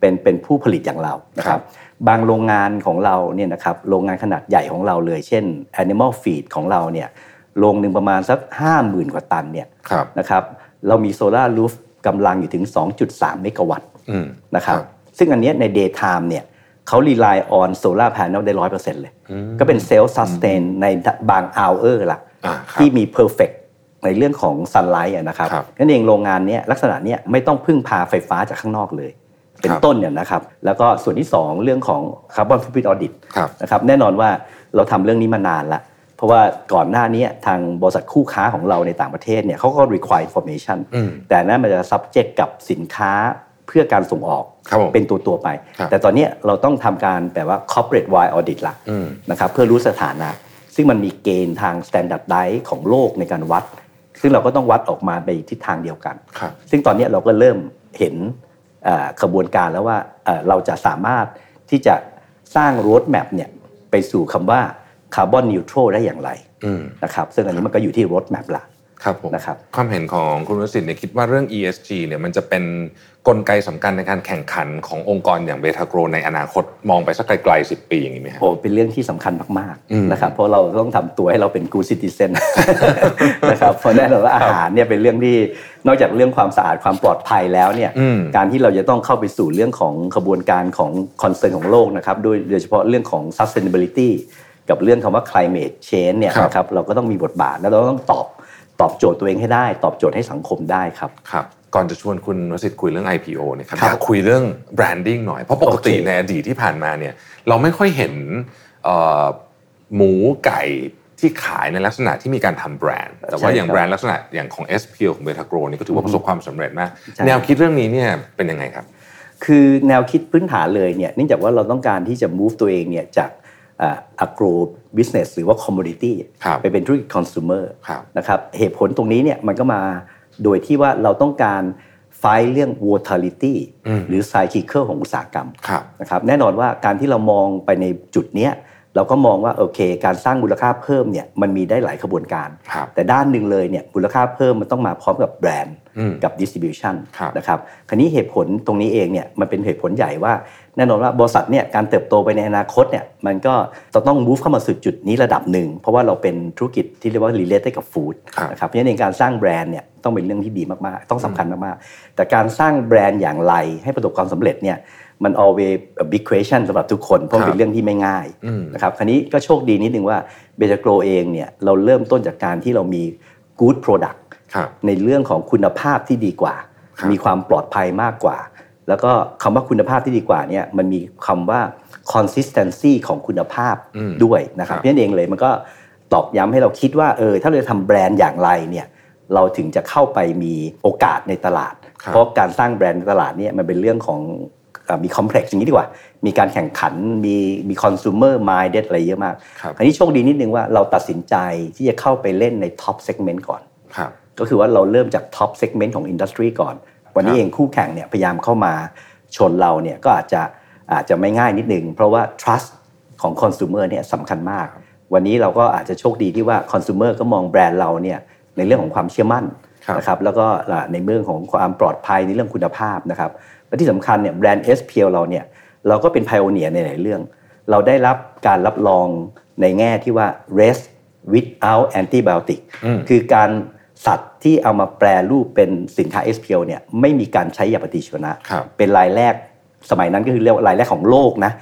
Speaker 1: เป็นเป็นผู้ผลิตอย่างเรานะค
Speaker 2: ครั
Speaker 1: รับ บ บางโรงงานของเราเนี่ยนะครับโรงงานขนาดใหญ่ของเราเลย เช่น Animal Feed ของเราเนี่ยโรงหนึ่งประมาณสัก50,000 กว่าตันเนี่ย
Speaker 2: ครับ
Speaker 1: นะครับเรามีโซลาร์รูฟกำลังอยู่ถึง 2.3 เมกะวัตต์
Speaker 2: อืม
Speaker 1: นะครับ
Speaker 2: ครับ
Speaker 1: ซึ่งอันเนี้ยใน day time เนี่ยเขา rely on solar panel ได้ 100%เลย
Speaker 2: อืม
Speaker 1: ก็เป็น self sustain ในบาง hour ละ
Speaker 2: อ่าครับ
Speaker 1: ที่มี perfect ในเรื่องของ sunlight อะนะครับ
Speaker 2: ครับ
Speaker 1: นั่นเองโรงงานเนี้ยลักษณะเนี้ยไม่ต้องพึ่งพาไฟฟ้าจากข้างนอกเลย เป็
Speaker 2: คน รับ
Speaker 1: ต้นเนี่ยนะครับแล้วก็ส่วนที่สองเรื่องของ carbon footprint audit
Speaker 2: ครับ
Speaker 1: นะครับแน่นอนว่าเราทำเรื่องนี้มานานละเพราะว่าก่อนหน้านี้ทางบริษัทคู่ค้าของเราในต่างประเทศเนี่ยเขาก็ require information
Speaker 2: อืม
Speaker 1: แต่นั่นมันจะ subject กับสินค้าเพื่อการส่งออก
Speaker 2: ครับผม
Speaker 1: เป็นตัวตัวๆไป
Speaker 2: ครับ
Speaker 1: แต่ตอนเนี้ยเราต้องทำการแบบว่า corporate wide audit ละ
Speaker 2: อืม
Speaker 1: นะครับเพื่อรู้สถานะ ซึ่งมันมีเกณฑ์ทาง standardize ของโลกในการวัด ซึ่งเราก็ต้องวัดออกมาไปทิศทางเดียวกัน
Speaker 2: ครับ
Speaker 1: ซึ่งตอนเนี้ยเราก็เริ่มเห็นเอ่อขบวนการแล้วว่าเอ่อเราจะสามารถที่จะสร้างร o ดแม p เนี่ยไปสู่คำว่าคาร์บอนนิวทร l ได้อย่างไร
Speaker 2: อืม
Speaker 1: นะครับซึ่งอันนี้มันก็อยู่ที่ร o ดแม p ละ
Speaker 2: ครับผม
Speaker 1: นะครับ
Speaker 2: ความเห็นของคุณวสิทธิ์เนี่ยคิดว่าเรื่อง ESG เนี่ยมันจะเป็นกลไกสำคัญในการแข่งขันขององค์กรอย่างเบทาโกรในอนาคตมองไปสักไกลๆสิบปีอย่างนี้ไหมฮะ
Speaker 1: โอ้เป็นเรื่องที่สำคัญมาก
Speaker 2: อืม
Speaker 1: ๆนะครับเพราะเราต้องทำตัวให้เราเป็นกูซิติเซน นะครับเพราะแน่นอนว่าอาหารเนี่ยเป็นเรื่องที่นอกจากเรื่องความสะอาดความปลอดภัยแล้วเนี่ย
Speaker 2: อืม
Speaker 1: การที่เราจะต้องเข้าไปสู่เรื่องของขบวนการของคอนเซิร์นของโลกนะครับโดยโดยเฉพาะเรื่องของ sustainability กับเรื่องคำว่า climate change เนี่ย
Speaker 2: ครับ
Speaker 1: นะครับเราก็ต้องมีบทบาทแล้วเราต้องตอบตอบโจทย์ตัวเองให้ได้ ตอบโจทย์ให้สังคมได้ครับ
Speaker 2: ครับ ก่อนจะชวนคุณวสิทธิ์คุยเรื่อง IPO เนี่ยครับ
Speaker 1: ครับ
Speaker 2: อยากคุยเรื่อง branding หน่อย เพราะปกติ
Speaker 1: โอเค
Speaker 2: ในอดีตที่ผ่านมาเนี่ยเราไม่ค่อยเห็นเอ่อหมูไก่ที่ขายในลักษณะที่มีการทำแบรนด์ แต่ว่า
Speaker 1: ใช่
Speaker 2: อย่าง
Speaker 1: ครับ
Speaker 2: แบรนด์ลักษณะอย่างของ s p l ของเบทาโกรนี่ก็ถือว่าประสบความสำเร็จมาก
Speaker 1: ใช่
Speaker 2: แนวคิดเรื่องนี้เนี่ยเป็นยังไงครับ
Speaker 1: คือแนวคิดพื้นฐานเลยเนี่ยเนื่องจากว่าเราต้องการที่จะ move ตัวเองเนี่ยจากอักโกร business หรือว่า commodity
Speaker 2: ครับ
Speaker 1: ไปเป็นธุรกิจ consumer
Speaker 2: ครับ
Speaker 1: นะครับเหตุผลตรงนี้เนี่ยมันก็มาโดยที่ว่าเราต้องการไฟเรื่อง volatility
Speaker 2: อืม
Speaker 1: หรือ cycle ของอุตสาหกรรม
Speaker 2: ครับ
Speaker 1: นะครับแน่นอนว่าการที่เรามองไปในจุดเนี้ยเราก็มองว่าโอเค การสร้างมูลค่าเพิ่มเนี่ยมันมีได้หลายขบวนการ
Speaker 2: ครับ
Speaker 1: แต่ด้านหนึ่งเลยเนี่ยมูลค่าเพิ่มมันต้องมาพร้อมกับแบรนด์
Speaker 2: อืม
Speaker 1: กับดิสติบิวชัน
Speaker 2: ครับ
Speaker 1: นะครับคันนี้เหตุผลตรงนี้เองเนี่ยมันเป็นเหตุผลใหญ่ว่า แน่นอนว่าบริษัทเนี่ยการเติบโตไปในอนาคตเนี่ยมันก็จะต้อง move เข้ามาสู่จุดนี้ระดับหนึ่ง เพราะว่าเราเป็นธุรกิจที่เรียกว่า relate กับ food
Speaker 2: ครับ
Speaker 1: นะครับเพราะฉะนั้นเองการสร้างแบรนด์เนี่ยต้องเป็นเรื่องที่ดีมากๆ ต้องสำคัญมากๆ แต่การสร้างแบรนด์อย่างไรให้ประสบความสำเร็จเนี่ยมัน always a big question สำหรับทุกคน เพราะมัน
Speaker 2: ครับ
Speaker 1: เป็นเรื่องที่ไม่ง่าย
Speaker 2: อืม
Speaker 1: นะครับคราวนี้ก็โชคดีนิดนึงว่าเบจโกรเองเนี่ยเราเริ่มต้นจากการที่เรามี good product
Speaker 2: ครับ
Speaker 1: ในเรื่องของคุณภาพที่ดีกว่า
Speaker 2: ครับ
Speaker 1: มีความปลอดภัยมากกว่า แล้วก็คำว่าคุณภาพที่ดีกว่าเนี่ยมันมีคำว่า consistency ของคุณภาพ
Speaker 2: อืม
Speaker 1: ด้วยนะครับ
Speaker 2: ครับ
Speaker 1: เพราะฉะนั่นเองเลยมันก็ตอกย้ำให้เราคิดว่าเออถ้าเราจะทำแบรนด์อย่างไรเนี่ยเราถึงจะเข้าไปมีโอกาสในตลาด
Speaker 2: ครับ
Speaker 1: เพราะการสร้างแบรนด์ในตลาดเนี่ยมันเป็นเรื่องของเอ่อมีคอมเพล็กซ์อย่างนี้ดีกว่า มีการแข่งขันมีมีคอน sumer minded อะไรเยอะมาก
Speaker 2: ครับ
Speaker 1: อันนี้โชคดีนิดนึงว่าเราตัดสินใจที่จะเข้าไปเล่นใน top segment ก่อน
Speaker 2: ครับ
Speaker 1: ก็คือว่าเราเริ่มจากท็อปเซกเมนต์ของอินดัสทรีก่อน วันนี้
Speaker 2: ครับ
Speaker 1: เองคู่แข่งเนี่ยพยายามเข้ามาชนเราเนี่ยก็อาจจะอาจจะไม่ง่ายนิดนึง เพราะว่า trust ของคอน sumer เนี่ยสำคัญมาก วันนี้เราก็อาจจะโชคดีที่ว่าคอน sumer ก็มองแบรนด์เราเนี่ยในเรื่องของความเชื่อมั่น
Speaker 2: ครับ
Speaker 1: นะครับแล้วก็ในเรื่องของความปลอดภัยในเรื่องคุณภาพนะครับและที่สำคัญเนี่ยแบรนด์ SPL เราเนี่ยเราก็เป็น pioneer ในหลายเรื่อง เราได้รับการรับรองในแง่ที่ว่า rest without antibiotic
Speaker 2: อืม
Speaker 1: คือการสัตว์ที่เอามาแปรรูปเป็นสินค้า SPL เนี่ยไม่มีการใช้ยาปฏิชีวนะครับ เป็นรายแรกสมัยนั้นก็คือเรียกว่ารายแรกของโลกนะ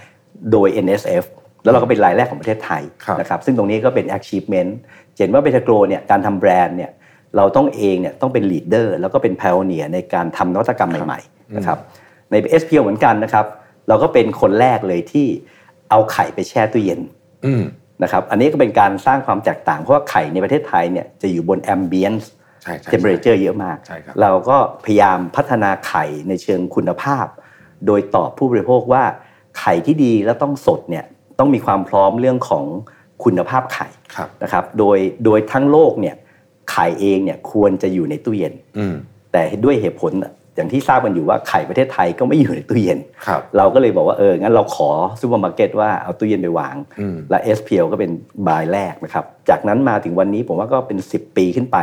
Speaker 1: โดย NSF แล้วเราก็เป็นรายแรกของประเทศไทย
Speaker 2: ครับ
Speaker 1: นะครับซึ่งตรงนี้ก็เป็น achievement เห็นว่าเบทาโกรเนี่ยการทำแบรนด์เนี่ยเราต้องเองเนี่ยต้องเป็น leader แล้วก็เป็น pioneer ในการทำนวัตกรรมใหม่ๆนะครับใน SPL เหมือนกันนะครับเราก็เป็นคนแรกเลยที่เอาไข่ไปแช่ตู้เย็น
Speaker 2: อืม
Speaker 1: นะครับ อันนี้ก็เป็นการสร้างความแตกต่าง เพราะว่าไข่ในประเทศไทยเนี่ยจะอยู่บนแอมเบียนซ์
Speaker 2: ใช่ใช่
Speaker 1: เทมเปอเร
Speaker 2: ใช่
Speaker 1: เจอร์เยอะมาก
Speaker 2: ใช่ครับ
Speaker 1: เราก็พยายามพัฒนาไข่ในเชิงคุณภาพ โดยตอบผู้บริโภคว่าไข่ที่ดีและต้องสดเนี่ยต้องมีความพร้อมเรื่องของคุณภาพไข่
Speaker 2: ครับ
Speaker 1: นะครับ โดยโดยทั้งโลกเนี่ยไข่เองเนี่ยควรจะอยู่ในตู้เย็น
Speaker 2: อืม
Speaker 1: แต่ด้วยเหตุผลอย่างที่ทราบกันอยู่ว่าไข่ประเทศไทยก็ไม่อยู่ในตู้เย็น
Speaker 2: ครับ
Speaker 1: เราก็เลยบอกว่าเออ งั้นเราขอซูเปอร์มาร์เก็ตว่าเอาตู้เย็นไปวาง
Speaker 2: อืม
Speaker 1: และ SPL ก็เป็นบายแรกนะครับ จากนั้นมาถึงวันนี้ผมว่าก็เป็น 10 ปีขึ้นไป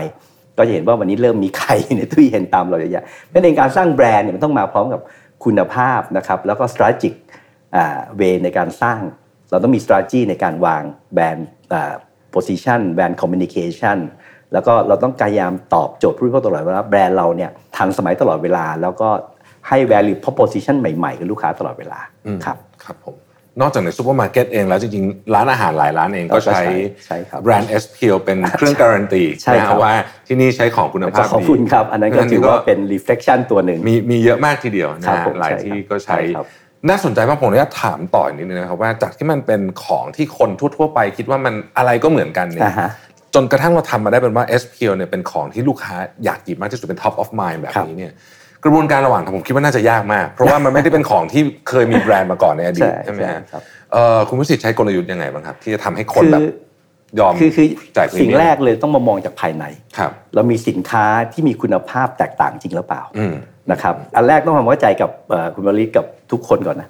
Speaker 1: ก็จะเห็นว่าวันนี้เริ่มมีไข่ ในตู้เย็นตามเราเยอะแยะนั่นเองการสร้างแบรนด์เนี่ยมันต้องมาพร้อมกับคุณภาพนะครับ แล้วก็ strategic เวในการสร้าง เราต้องมี strategy ในการวางแบรนด์ position แบรนด์ communication แล้วก็เราต้องพยายามตอบโจทย์ผู้บริโภคตลอดเวลาแบรนด์เราเนี่ยทันสมัยตลอดเวลา แล้วก็ให้ value proposition ใหม่ๆ กับลูกค้าตลอดเวลา
Speaker 2: อืม
Speaker 1: ครับ
Speaker 2: ครับผม นอกจากในซูเปอร์มาร์เก็ตเองแล้วจริงๆ ร้านอาหารหลายร้านเองก็ใช้
Speaker 1: ใช่ครับ
Speaker 2: แบรนด์ SPL เป็นเครื่องการันตี
Speaker 1: ใช่ครับ
Speaker 2: นะว่าที่นี่ใช้ของคุณ
Speaker 1: แล้ว
Speaker 2: ภา
Speaker 1: ก็
Speaker 2: พดี
Speaker 1: ขอบคุณครับ อันนั้นก็
Speaker 2: อันนี้
Speaker 1: ถือ
Speaker 2: ก็
Speaker 1: ว่าเป็น reflection ตัวหนึ่ง
Speaker 2: มีมีเยอะมากทีเดียวนะครับ ฮะ
Speaker 1: ผม
Speaker 2: หลาย
Speaker 1: ใช่ครับ
Speaker 2: ที่ก็ใช้
Speaker 1: ใช่ครับ
Speaker 2: น่าสนใจมากผมอยากถามต่ออีกนิดนึงนะครับว่าจากที่มันเป็นของที่คนทั่วๆไปคิดว่ามันอะไรก็เหมือนกันเนี่ย
Speaker 1: อ่าฮะ
Speaker 2: จนกระทั่งเราทำมาได้เป็นว่า SPL เนี่ยเป็นของที่ลูกค้าอยากหยิบมากที่สุดเป็น top of mind แบบนี้เนี่ยกระบวนการระหว่างทำผมคิดว่าน่าจะยากมาก เพราะว่ามันไม่ได้เป็นของที่เคยมีแบรนด์มาก่อนในอดีต
Speaker 1: ใช่
Speaker 2: ใช่ไหมฮะ
Speaker 1: ใช่ครับ
Speaker 2: เอ่อคุณผู้สิทธิ์ใช้กลยุทธ์ยังไงบ้างครับ ที่จะทำให้คน
Speaker 1: คือ
Speaker 2: แบบยอม
Speaker 1: คือคือ
Speaker 2: จ่ายพรีเมียม
Speaker 1: สิ่งแรกเลยต้องมามองจากภายใน
Speaker 2: ครับ
Speaker 1: เรามีสินค้าที่มีคุณภาพแตกต่างจริงหรือเปล่า
Speaker 2: อืม
Speaker 1: นะครับอันแรกต้องทำความเข้าใจกับเอ่อคุณบริษกับทุกคนก่อนนะ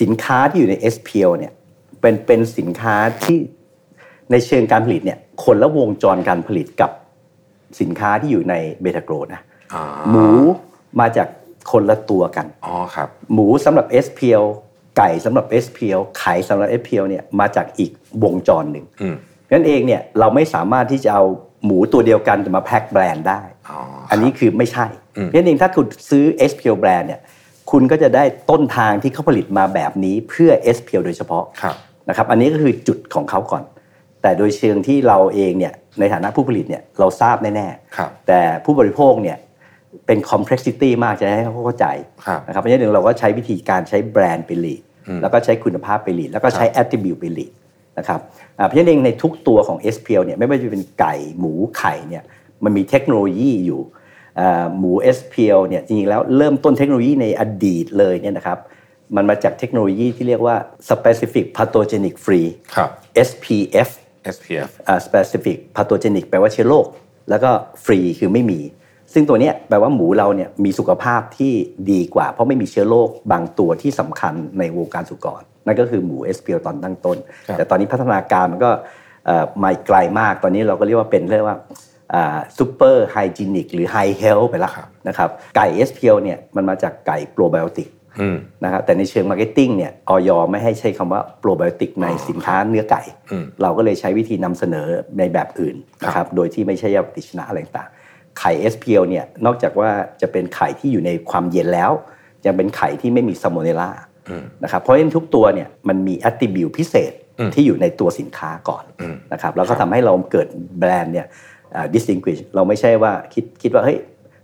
Speaker 1: สินค้าที่อยู่ใน SPL เนี่ยเป็นเป็นสินค้าที่ในเชิงการผลิตเนี่ยคนละวงจรการผลิตกับสินค้าที่อยู่ในเบทาโกรนะ
Speaker 2: อ๋อ
Speaker 1: หมูมาจากคนละตัวกัน
Speaker 2: อ๋อครับ
Speaker 1: หมูสำหรับ SPL ไก่สำหรับ SPL ไข่สำหรับ SPL เนี่ยมาจากอีกวงจรหนึ่ง
Speaker 2: อืม
Speaker 1: เพราะฉะนั้นเองเนี่ยเราไม่สามารถที่จะเอาหมูตัวเดียวกันจะมาแพ็คแบรนด์ได้
Speaker 2: อ๋อครับ
Speaker 1: อันนี้คือไม่ใช่
Speaker 2: อืม
Speaker 1: เพราะฉะนั้นเองถ้าคุณซื้อ SPL แบรนด์เนี่ยคุณก็จะได้ต้นทางที่เขาผลิตมาแบบนี้เพื่อ SPL โดยเฉพาะ
Speaker 2: ครับ
Speaker 1: นะครับอันนี้ก็คือจุดของเขาก่อน แต่โดยเชิงที่เราเองเนี่ยในฐานะผู้ผลิตเนี่ยเราทราบแน่
Speaker 2: ครับ
Speaker 1: ๆแต่ผู้บริโภคเนี่ย เป็น complexity มากจะให้เขาเข้าใจ
Speaker 2: ครับ
Speaker 1: นะครับเพราะฉะนั้นหนึ่งเราก็ใช้วิธีการใช้แบรนด์ไปหลีด
Speaker 2: อืม
Speaker 1: แล้วก็ใช้คุณภาพไปหลีดแล้วก็ใช้ attribute ไปหลีดนะครับอ่าเพราะฉะนั้นเองในทุกตัวของ SPL เนี่ยไม่ว่าจะเป็นไก่หมูไข่เนี่ยมันมีเทคโนโลยีอยู่อ่าหมู SPL เนี่ยจริงๆแล้วเริ่มต้นเทคโนโลยีในอดีตเลยเนี่ยนะครับมันมาจากเทคโนโลยีที่เรียกว่า specific pathogenic free
Speaker 2: ครับ
Speaker 1: SPF
Speaker 2: SPF
Speaker 1: อ่า specific pathogenic แปลว่าเชื้อโรคแล้วก็ free คือไม่มี ซึ่งตัวเนี้ยแปลว่าหมูเราเนี่ยมีสุขภาพที่ดีกว่า เพราะไม่มีเชื้อโรคบางตัวที่สำคัญในวงการสุกรนั่นก็คือหมู SPL ตอนตั้งต้น
Speaker 2: ครับ
Speaker 1: แต่ตอนนี้พัฒนาการมันก็เอ่อมาไกลมากตอนนี้เราก็เรียกว่าเป็นเรียกว่าซูเปอร์ไฮจีนิกหรือไฮเฮลไปละนะครับไก่ SPL เนี่ยมันมาจากไก่โปรไบโอติก
Speaker 2: อืม
Speaker 1: นะครับแต่ในเชิงมาร์เก็ตติ้งเนี่ยออยไม่ให้ใช้คำว่าโปรไบโอติกในสินค้าเนื้อไก่
Speaker 2: อืม
Speaker 1: เราก็เลยใช้วิธีนำเสนอในแบบอื่นนะค
Speaker 2: ครั
Speaker 1: รั
Speaker 2: บบ
Speaker 1: โดยที่ไม่ใช่ยาปฏิชีวนะอะไรต่างไข่ SPL เนี่ยนอกจากว่าจะเป็นไข่ที่อยู่ในความเย็นแล้ว ยังเป็นไข่ที่ไม่มีซาโมเนลล่า
Speaker 2: อืม
Speaker 1: นะครับเพราะฉะนั้นทุกตัวเนี่ยมันมีแอตติบิวพิเศษ
Speaker 2: อืม
Speaker 1: ที่อยู่ในตัวสินค้าก่อน
Speaker 2: อืม
Speaker 1: นะครับแล้วก็ทำให้เราเกิดแบรนด์เนี่ยอ่า distinguish เราไม่ใช่ว่าคิดคิดว่าเฮ้ย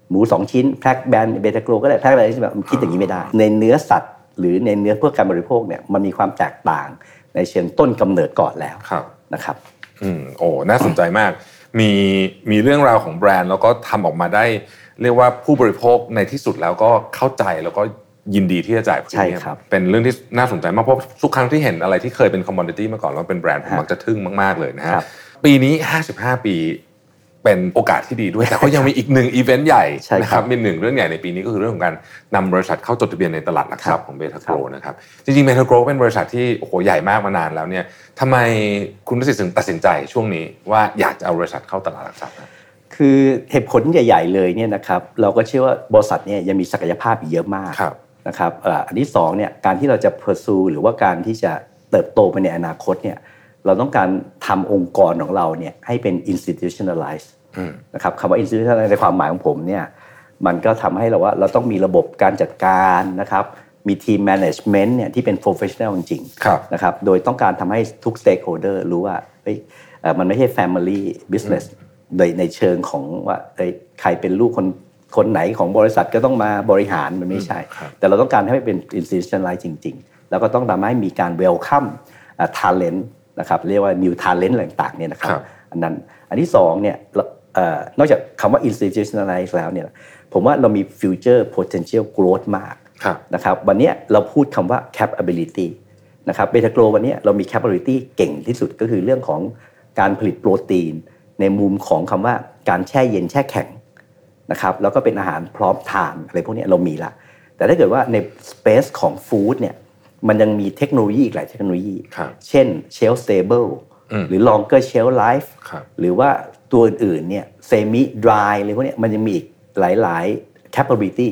Speaker 1: หมู 2 ชิ้นแพ็คแบรนด์เบตาโกลก็ได้แพ็คอะไรที่แบบมันคิดอย่างนี้ไม่ได้ ในเนื้อสัตว์ หรือในเนื้อเพื่อการบริโภคเนี่ยมันมีความแตกต่างในเชิงต้นกำเนิดก่อนแล้ว
Speaker 2: ครับ
Speaker 1: นะครับ
Speaker 2: อืมโอ้น่าสนใจมาก มีมีเรื่องราวของแบรนด์ แล้วก็ทำออกมาได้ เรียกว่าผู้บริโภคในที่สุดแล้วก็เข้าใจแล้วก็ยินดีที่จะจ่าย
Speaker 1: ใช่ครับ
Speaker 2: เป็นเรื่องที่น่าสนใจมาก เพราะทุกครั้งที่เห็นอะไรที่เคยเป็นคอมมอนดิตี้มาก่อนแล้วเป็นแบรนด์ผมมักจะทึ่งมาก ๆ เลยนะฮะ
Speaker 1: ครับ
Speaker 2: ปีนี้ 55 ปีเป็นโอกาสที่ดีด้วย แต่ก็ยังมีอีกหนึ่งอีเวนต์ใหญ่
Speaker 1: ใช่ครับ
Speaker 2: นะมีหนึ่งเรื่องใหญ่ในปีนี้ก็คือเรื่องของการนำบริษัทเข้าจดทะเบียนในตลาดหลักทรัพย์ของเบทาโกรนะครับจริงๆเบทาโกรเป็นบริษัทที่โอ้โหใหญ่มากมานานแล้วเนี่ยทำไมคุณประสิทธิ์ถึงตัดสินใจช่วงนี้ว่าอยากจะเอาบริษัทเข้าตลาดหลักทรัพย์นะ
Speaker 1: คือเหตุผลใหญ่ ๆ เลยเนี่ยนะครับเราก็เชื่อว่าบริษัทเนี่ยยังมีศักยภาพอีกเยอะมาก
Speaker 2: ครับ
Speaker 1: นะครับเอ่ออันที่สองเนี่ยการที่เราจะ pursue หรือว่าการที่จะเติบโตไปในอนาคตเนี่ยเราต้องการทำองค์กรของเราเนี่ยให้เป็น institutionalized
Speaker 2: อืม
Speaker 1: นะครับคำว่า institutionalized ในความหมายของผมเนี่ยมันก็ทำให้เราว่าเราต้องมีระบบการจัดการนะครับมีทีม management เนี่ยที่เป็น professional จริงๆ
Speaker 2: ครับ
Speaker 1: นะครับ โดยต้องการทำให้ทุก stakeholder รู้ว่าเฮ้ยเอ่อมันไม่ใช่ family business โดยในเชิงของว่าเอ้ยใครเป็นลูกคนคนไหนของบริษัทก็ต้องมาบริหารมันไม่ใช่
Speaker 2: อืมครับ
Speaker 1: แต่เราต้องการให้มันเป็น institutionalized จริง ๆ แล้วก็ต้องทำให้มีการ welcome อ่า talent นะครับ เรียกว่า new talent อะไรต่างๆเนี่ยนะครับ
Speaker 2: ครับ
Speaker 1: อันนั้น อันที่สองเนี่ยเราเอ่อนอกจากคำว่า institutionalized แล้วเนี่ย ผมว่าเรามี future potential growth มาก
Speaker 2: ครับ
Speaker 1: นะครับวันเนี้ยเราพูดคำว่า capability นะครับเบทาโกลวันเนี้ยเรามี capability เก่งที่สุดก็คือเรื่องของการผลิตโปรตีน ในมุมของคำว่าการแช่เย็นแช่แข็งนะครับแล้วก็เป็นอาหารพร้อมทานอะไรพวกเนี้ยเรามีละ แต่ถ้าเกิดว่าใน space ของฟู้ดเนี่ยมันยังมีเทคโนโลยีอีกหลายเทคโนโลยี
Speaker 2: ครับ
Speaker 1: เช่น shelf stable
Speaker 2: อืม
Speaker 1: หรือ longer shelf life
Speaker 2: ครับ
Speaker 1: หรือว่าตัวอื่นๆเนี่ยเซมิดรายอะไรพวกเนี้ยมันยังมีอีกหลาย ๆ capability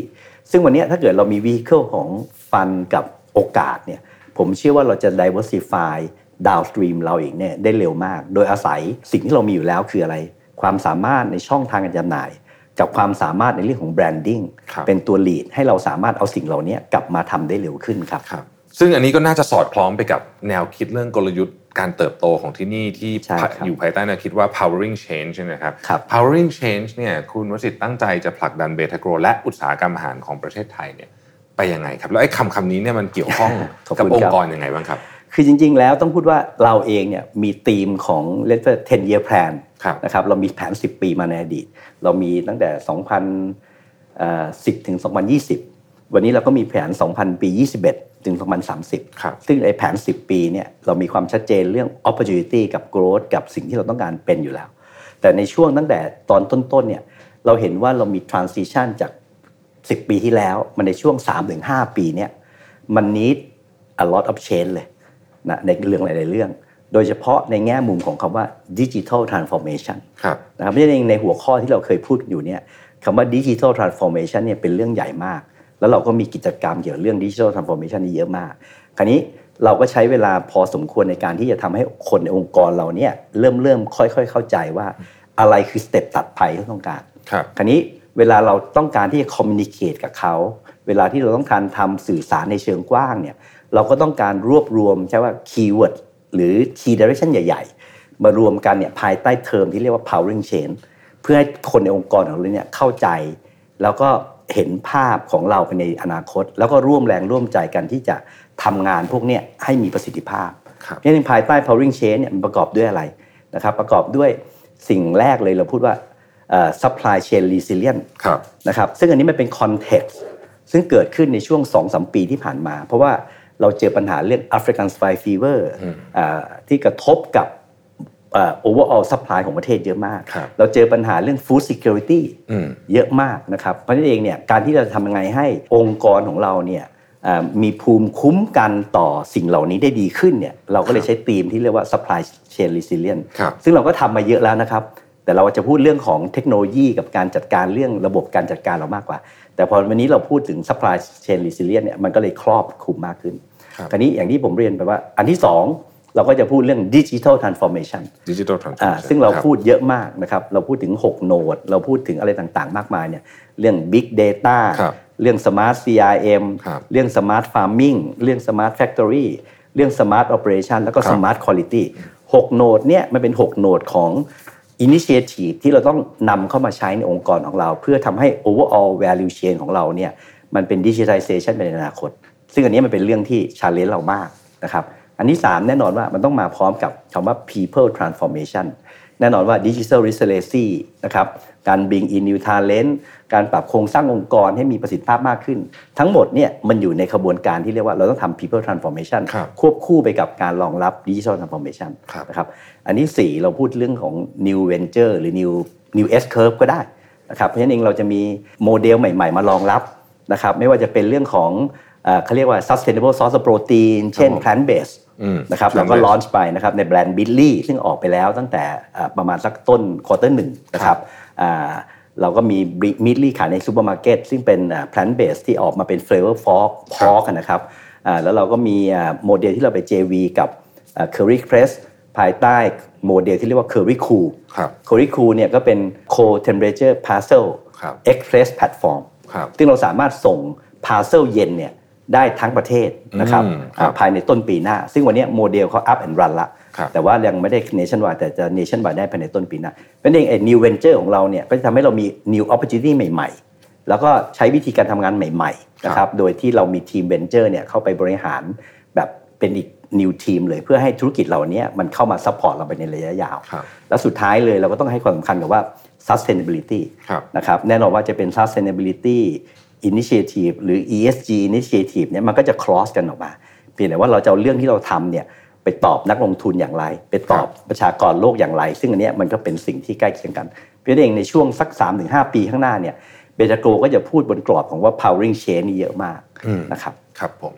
Speaker 1: ซึ่งวันเนี้ยถ้าเกิดเรามี vehicle ของฟันกับโอกาสเนี่ยผมเชื่อว่าเราจะ diversify downstream เราเองเนี่ยได้เร็วมาก โดยอาศัยสิ่งที่เรามีอยู่แล้วคืออะไร ความสามารถในช่องทางการจำหน่าย กับความสามารถในเรื่องของ branding
Speaker 2: ครับ
Speaker 1: เป็นตัว lead ให้เราสามารถเอาสิ่งเหล่านี้กลับมาทำได้เร็วขึ้นครับ
Speaker 2: ครับซึ่งอันนี้ก็น่าจะสอดคล้องไปกับแนวคิดเรื่องกลยุทธ์การเติบโตของที่นี่ที่
Speaker 1: ใช่ครับ
Speaker 2: อยู่ภายใต้แนวคิดว่า powering change ใช่ไหมครับ
Speaker 1: ครับ
Speaker 2: powering change เนี่ยคุณวสิทธิ์ตั้งใจจะผลักดันเบทาโกรและอุตสาหกรรมอาหารของประเทศไทยเนี่ยไปยังไงครับ แล้วไอ้คำคำนี้เนี่ยมันเกี่ยวข้อง
Speaker 1: ขอบ
Speaker 2: กับ
Speaker 1: คุณครับ
Speaker 2: องค์กรยังไงบ้างครับ
Speaker 1: คือจริง ๆ แล้วต้องพูดว่าเราเองเนี่ยมีธีมของ l e t t e r 10 year plan
Speaker 2: ครับ
Speaker 1: นะครับเรามีแผน 10 ปีมาในอดีต เรามีตั้งแต่ 2000เอ่อ10 ถึง 2020 วันนี้เราก็มีแผน 2000 ปี 21 ถึง 2030
Speaker 2: ครับ
Speaker 1: ซึ่งในแผน 10 ปีเนี่ยเรามีความชัดเจนเรื่อง opportunity กับ growth กับสิ่งที่เราต้องการเป็นอยู่แล้ว แต่ในช่วงตั้งแต่ตอนต้นๆเนี่ยเราเห็นว่าเรามี transition จาก 10 ปีที่แล้วมันในช่วง 3-5 ปีเนี่ยมัน need a lot of change เลยนะในเรื่องหลายๆเรื่อง โดยเฉพาะในแง่มุมของคำว่า digital transformation
Speaker 2: ครับ
Speaker 1: นะครับนี่เองในหัวข้อที่เราเคยพูดอยู่เนี่ยคำว่า digital transformation เนี่ยเป็นเรื่องใหญ่มาก แล้วเราก็มีกิจกรรมเกี่ยวกับเรื่อง digital transformation นี่เยอะมาก คราวนี้เราก็ใช้เวลาพอสมควรในการที่จะทำให้คนในองค์กรเราเนี่ยเริ่มเริ่มค่อยๆ เข้าใจว่าอะไรคือสเต็ปตัดไปที่ต้องการ
Speaker 2: ครับ
Speaker 1: คราวนี้เวลาเราต้องการที่จะคอมมิ n นิเค e กับเขา เวลาที่เราต้องการทำสื่อสารในเชิงกว้างเนี่ยเราก็ต้องการรวบรวมใช่ว่าคีย์เวิร์ดหรือคีย์ดิเรกชันใหญ่ ๆ มารวมกันเนี่ยภายใต้เทอมที่เรียกว่า powering change เพื่อให้คนในองค์กรของเราเนี่ยเข้าใจ แล้วก็เห็นภาพของเราไปในอนาคต แล้วก็ร่วมแรงร่วมใจกันที่จะทำงานพวกเนี้ยให้มีประสิทธิภาพ
Speaker 2: ครับ
Speaker 1: เพราะฉะนั้นภายใต้ powering chain เนี่ยมันประกอบด้วยอะไรนะครับประกอบด้วยสิ่งแรกเลยเราพูดว่าเอ่อ supply chain resilience
Speaker 2: ครับ
Speaker 1: นะครับซึ่งอันนี้มันเป็นคอนเท็กซ์ซึ่งเกิดขึ้นในช่วง 2-3สมปีที่ผ่านมา เพราะว่าเราเจอปัญหาเรื่อง African Swine Fever อ่าที่กระทบกับโอเวอร์ออลซัพพลายของประเทศเยอะมาก
Speaker 2: ครับ
Speaker 1: เราเจอปัญหาเรื่อง Food Security
Speaker 2: อืม
Speaker 1: เยอะมากนะครับ เพราะฉะนั้นเองเนี่ยการที่เราจะทำยังไงให้องค์กรของเราเนี่ยเอ่อมีภูมิคุ้มกันต่อสิ่งเหล่านี้ได้ดีขึ้นเนี่ยเราก็เลยใช้ธีมที่เรียกว่า supply chain resilience
Speaker 2: ครับ
Speaker 1: ซึ่งเราก็ทำมาเยอะแล้วนะครับ แต่เราจะพูดเรื่องของเทคโนโลยีกับการจัดการเรื่องระบบการจัดการเรามากกว่า แต่พอวันนี้เราพูดถึง supply chain resilience เนี่ยมันก็เลยครอบคลุมมากขึ้น คราวนี้อย่างที่ผมเรียนไปว่าอันที่สองเราก็จะพูดเรื่อง digital transformation
Speaker 2: ดิจิทัลทรานส์
Speaker 1: อ่าซึ่งเราพูดเยอะมากนะครับ เราพูดถึง 6 โนด เราพูดถึงอะไรต่างๆ มากมายเนี่ยเรื่อง Big Data
Speaker 2: ครับ
Speaker 1: เรื่อง Smart CRM
Speaker 2: ครับ
Speaker 1: เรื่อง Smart Farming เรื่อง Smart Factory เรื่อง Smart Operation แล้วก็
Speaker 2: ครับ
Speaker 1: Smart Quality 6 โนดเนี่ยมันเป็น 6 โนดของ Initiative ที่เราต้องนำเข้ามาใช้ในองค์กรของเรา เพื่อทำให้ Overall Value Chain ของเราเนี่ยมันเป็น Digitalization ไปในอนาคต ซึ่งอันนี้มันเป็นเรื่องที่ challenge เรามากนะครับ อันที่ 3 แน่นอนว่ามันต้องมาพร้อมกับคำว่า people transformation แน่นอนว่า digital resiliency นะครับ การ bring in new talent การปรับโครงสร้างองค์กรให้มีประสิทธิภาพมากขึ้น ทั้งหมดเนี่ยมันอยู่ในขบวนการที่เรียกว่าเราต้องทำ people transformation
Speaker 2: ครับ
Speaker 1: ควบคู่ไปกับการรองรับ digital transformation
Speaker 2: ครับ
Speaker 1: นะครับ อันที่ 4 เราพูดเรื่องของ new venture หรือ new new S curve ก็ได้นะครับเพราะฉะนั้นเองเราจะมีโมเดลใหม่ ๆ มารองรับนะครับไม่ว่าจะเป็นเรื่องของเอ่อเขาเรียกว่า sustainable source of protein เช่น
Speaker 2: ผม
Speaker 1: plant based
Speaker 2: อืม
Speaker 1: นะครับ
Speaker 2: plant
Speaker 1: เราก็
Speaker 2: based
Speaker 1: ลอนช์ไปนะครับในแบรนด์บิลลี่ซึ่งออกไปแล้วตั้งแต่เอ่อประมาณสักต้นควอเตอร์หนึ่งนะครับอ่าเราก็มีมิลลี่ขายในซูเปอร์มาร์เก็ตซึ่งเป็นแพลนเบสที่ออกมาเป็นเฟลเวอร์ฟอกพอกันนะครับอ่าแล้วเราก็มีอ่าโมเดลที่เราไป JV กับเคอรี่เพรสภายใต้โมเดลที่เรียกว่าเคอรี่คู
Speaker 2: ครับ
Speaker 1: เคอรี่คูเนี่ยก็เป็น Cold Temperature Parcel
Speaker 2: ครับ
Speaker 1: Express Platform
Speaker 2: ครับ
Speaker 1: ซึ่งเราสามารถส่งพาเซลเย็นเนี่ยได้ทั้งประเทศนะครับ
Speaker 2: อืมครับ
Speaker 1: อ่าภายในต้นปีหน้า ซึ่งวันเนี้ยโมเดลเขา up and run ละ
Speaker 2: ครับ
Speaker 1: แต่ว่ายังไม่ได้ nationwide แต่จะ nationwide ได้ภายในต้นปีหน้าเป็นเองไอ้ new venture ของเราเนี่ยก็จะทำให้เรามี new opportunity ใหม่ ๆ แล้วก็ใช้วิธีการทำงานใหม่ๆนะครับโดยที่เรามีทีม venture เนี่ยเข้าไปบริหารแบบเป็นอีก new team เลยเพื่อให้ธุรกิจเหล่านี้มันเข้ามา support เราไปในระยะยาว
Speaker 2: ครับ
Speaker 1: แล้วสุดท้ายเลยเราก็ต้องให้ความสำคัญกับว่า sustainability
Speaker 2: ครับ
Speaker 1: นะครับแน่นอนว่าจะเป็น sustainability initiative หรือ ESG initiative เนี่ยมันก็จะ cross กันออกมา เพียงแต่ว่าเราจะเอาเรื่องที่เราทำเนี่ยไปตอบนักลงทุนอย่างไร ไปตอบประชากรโลกอย่างไร ซึ่งอันเนี้ยมันก็เป็นสิ่งที่ใกล้เคียงกัน เพราะฉะนั้นเองในช่วงสัก 3-5 ปีข้างหน้าเนี่ยเบตาโกก็จะพูดบนกรอบของว่า powering change นี่เยอะมาก
Speaker 2: อืม
Speaker 1: นะครับ
Speaker 2: ครับผม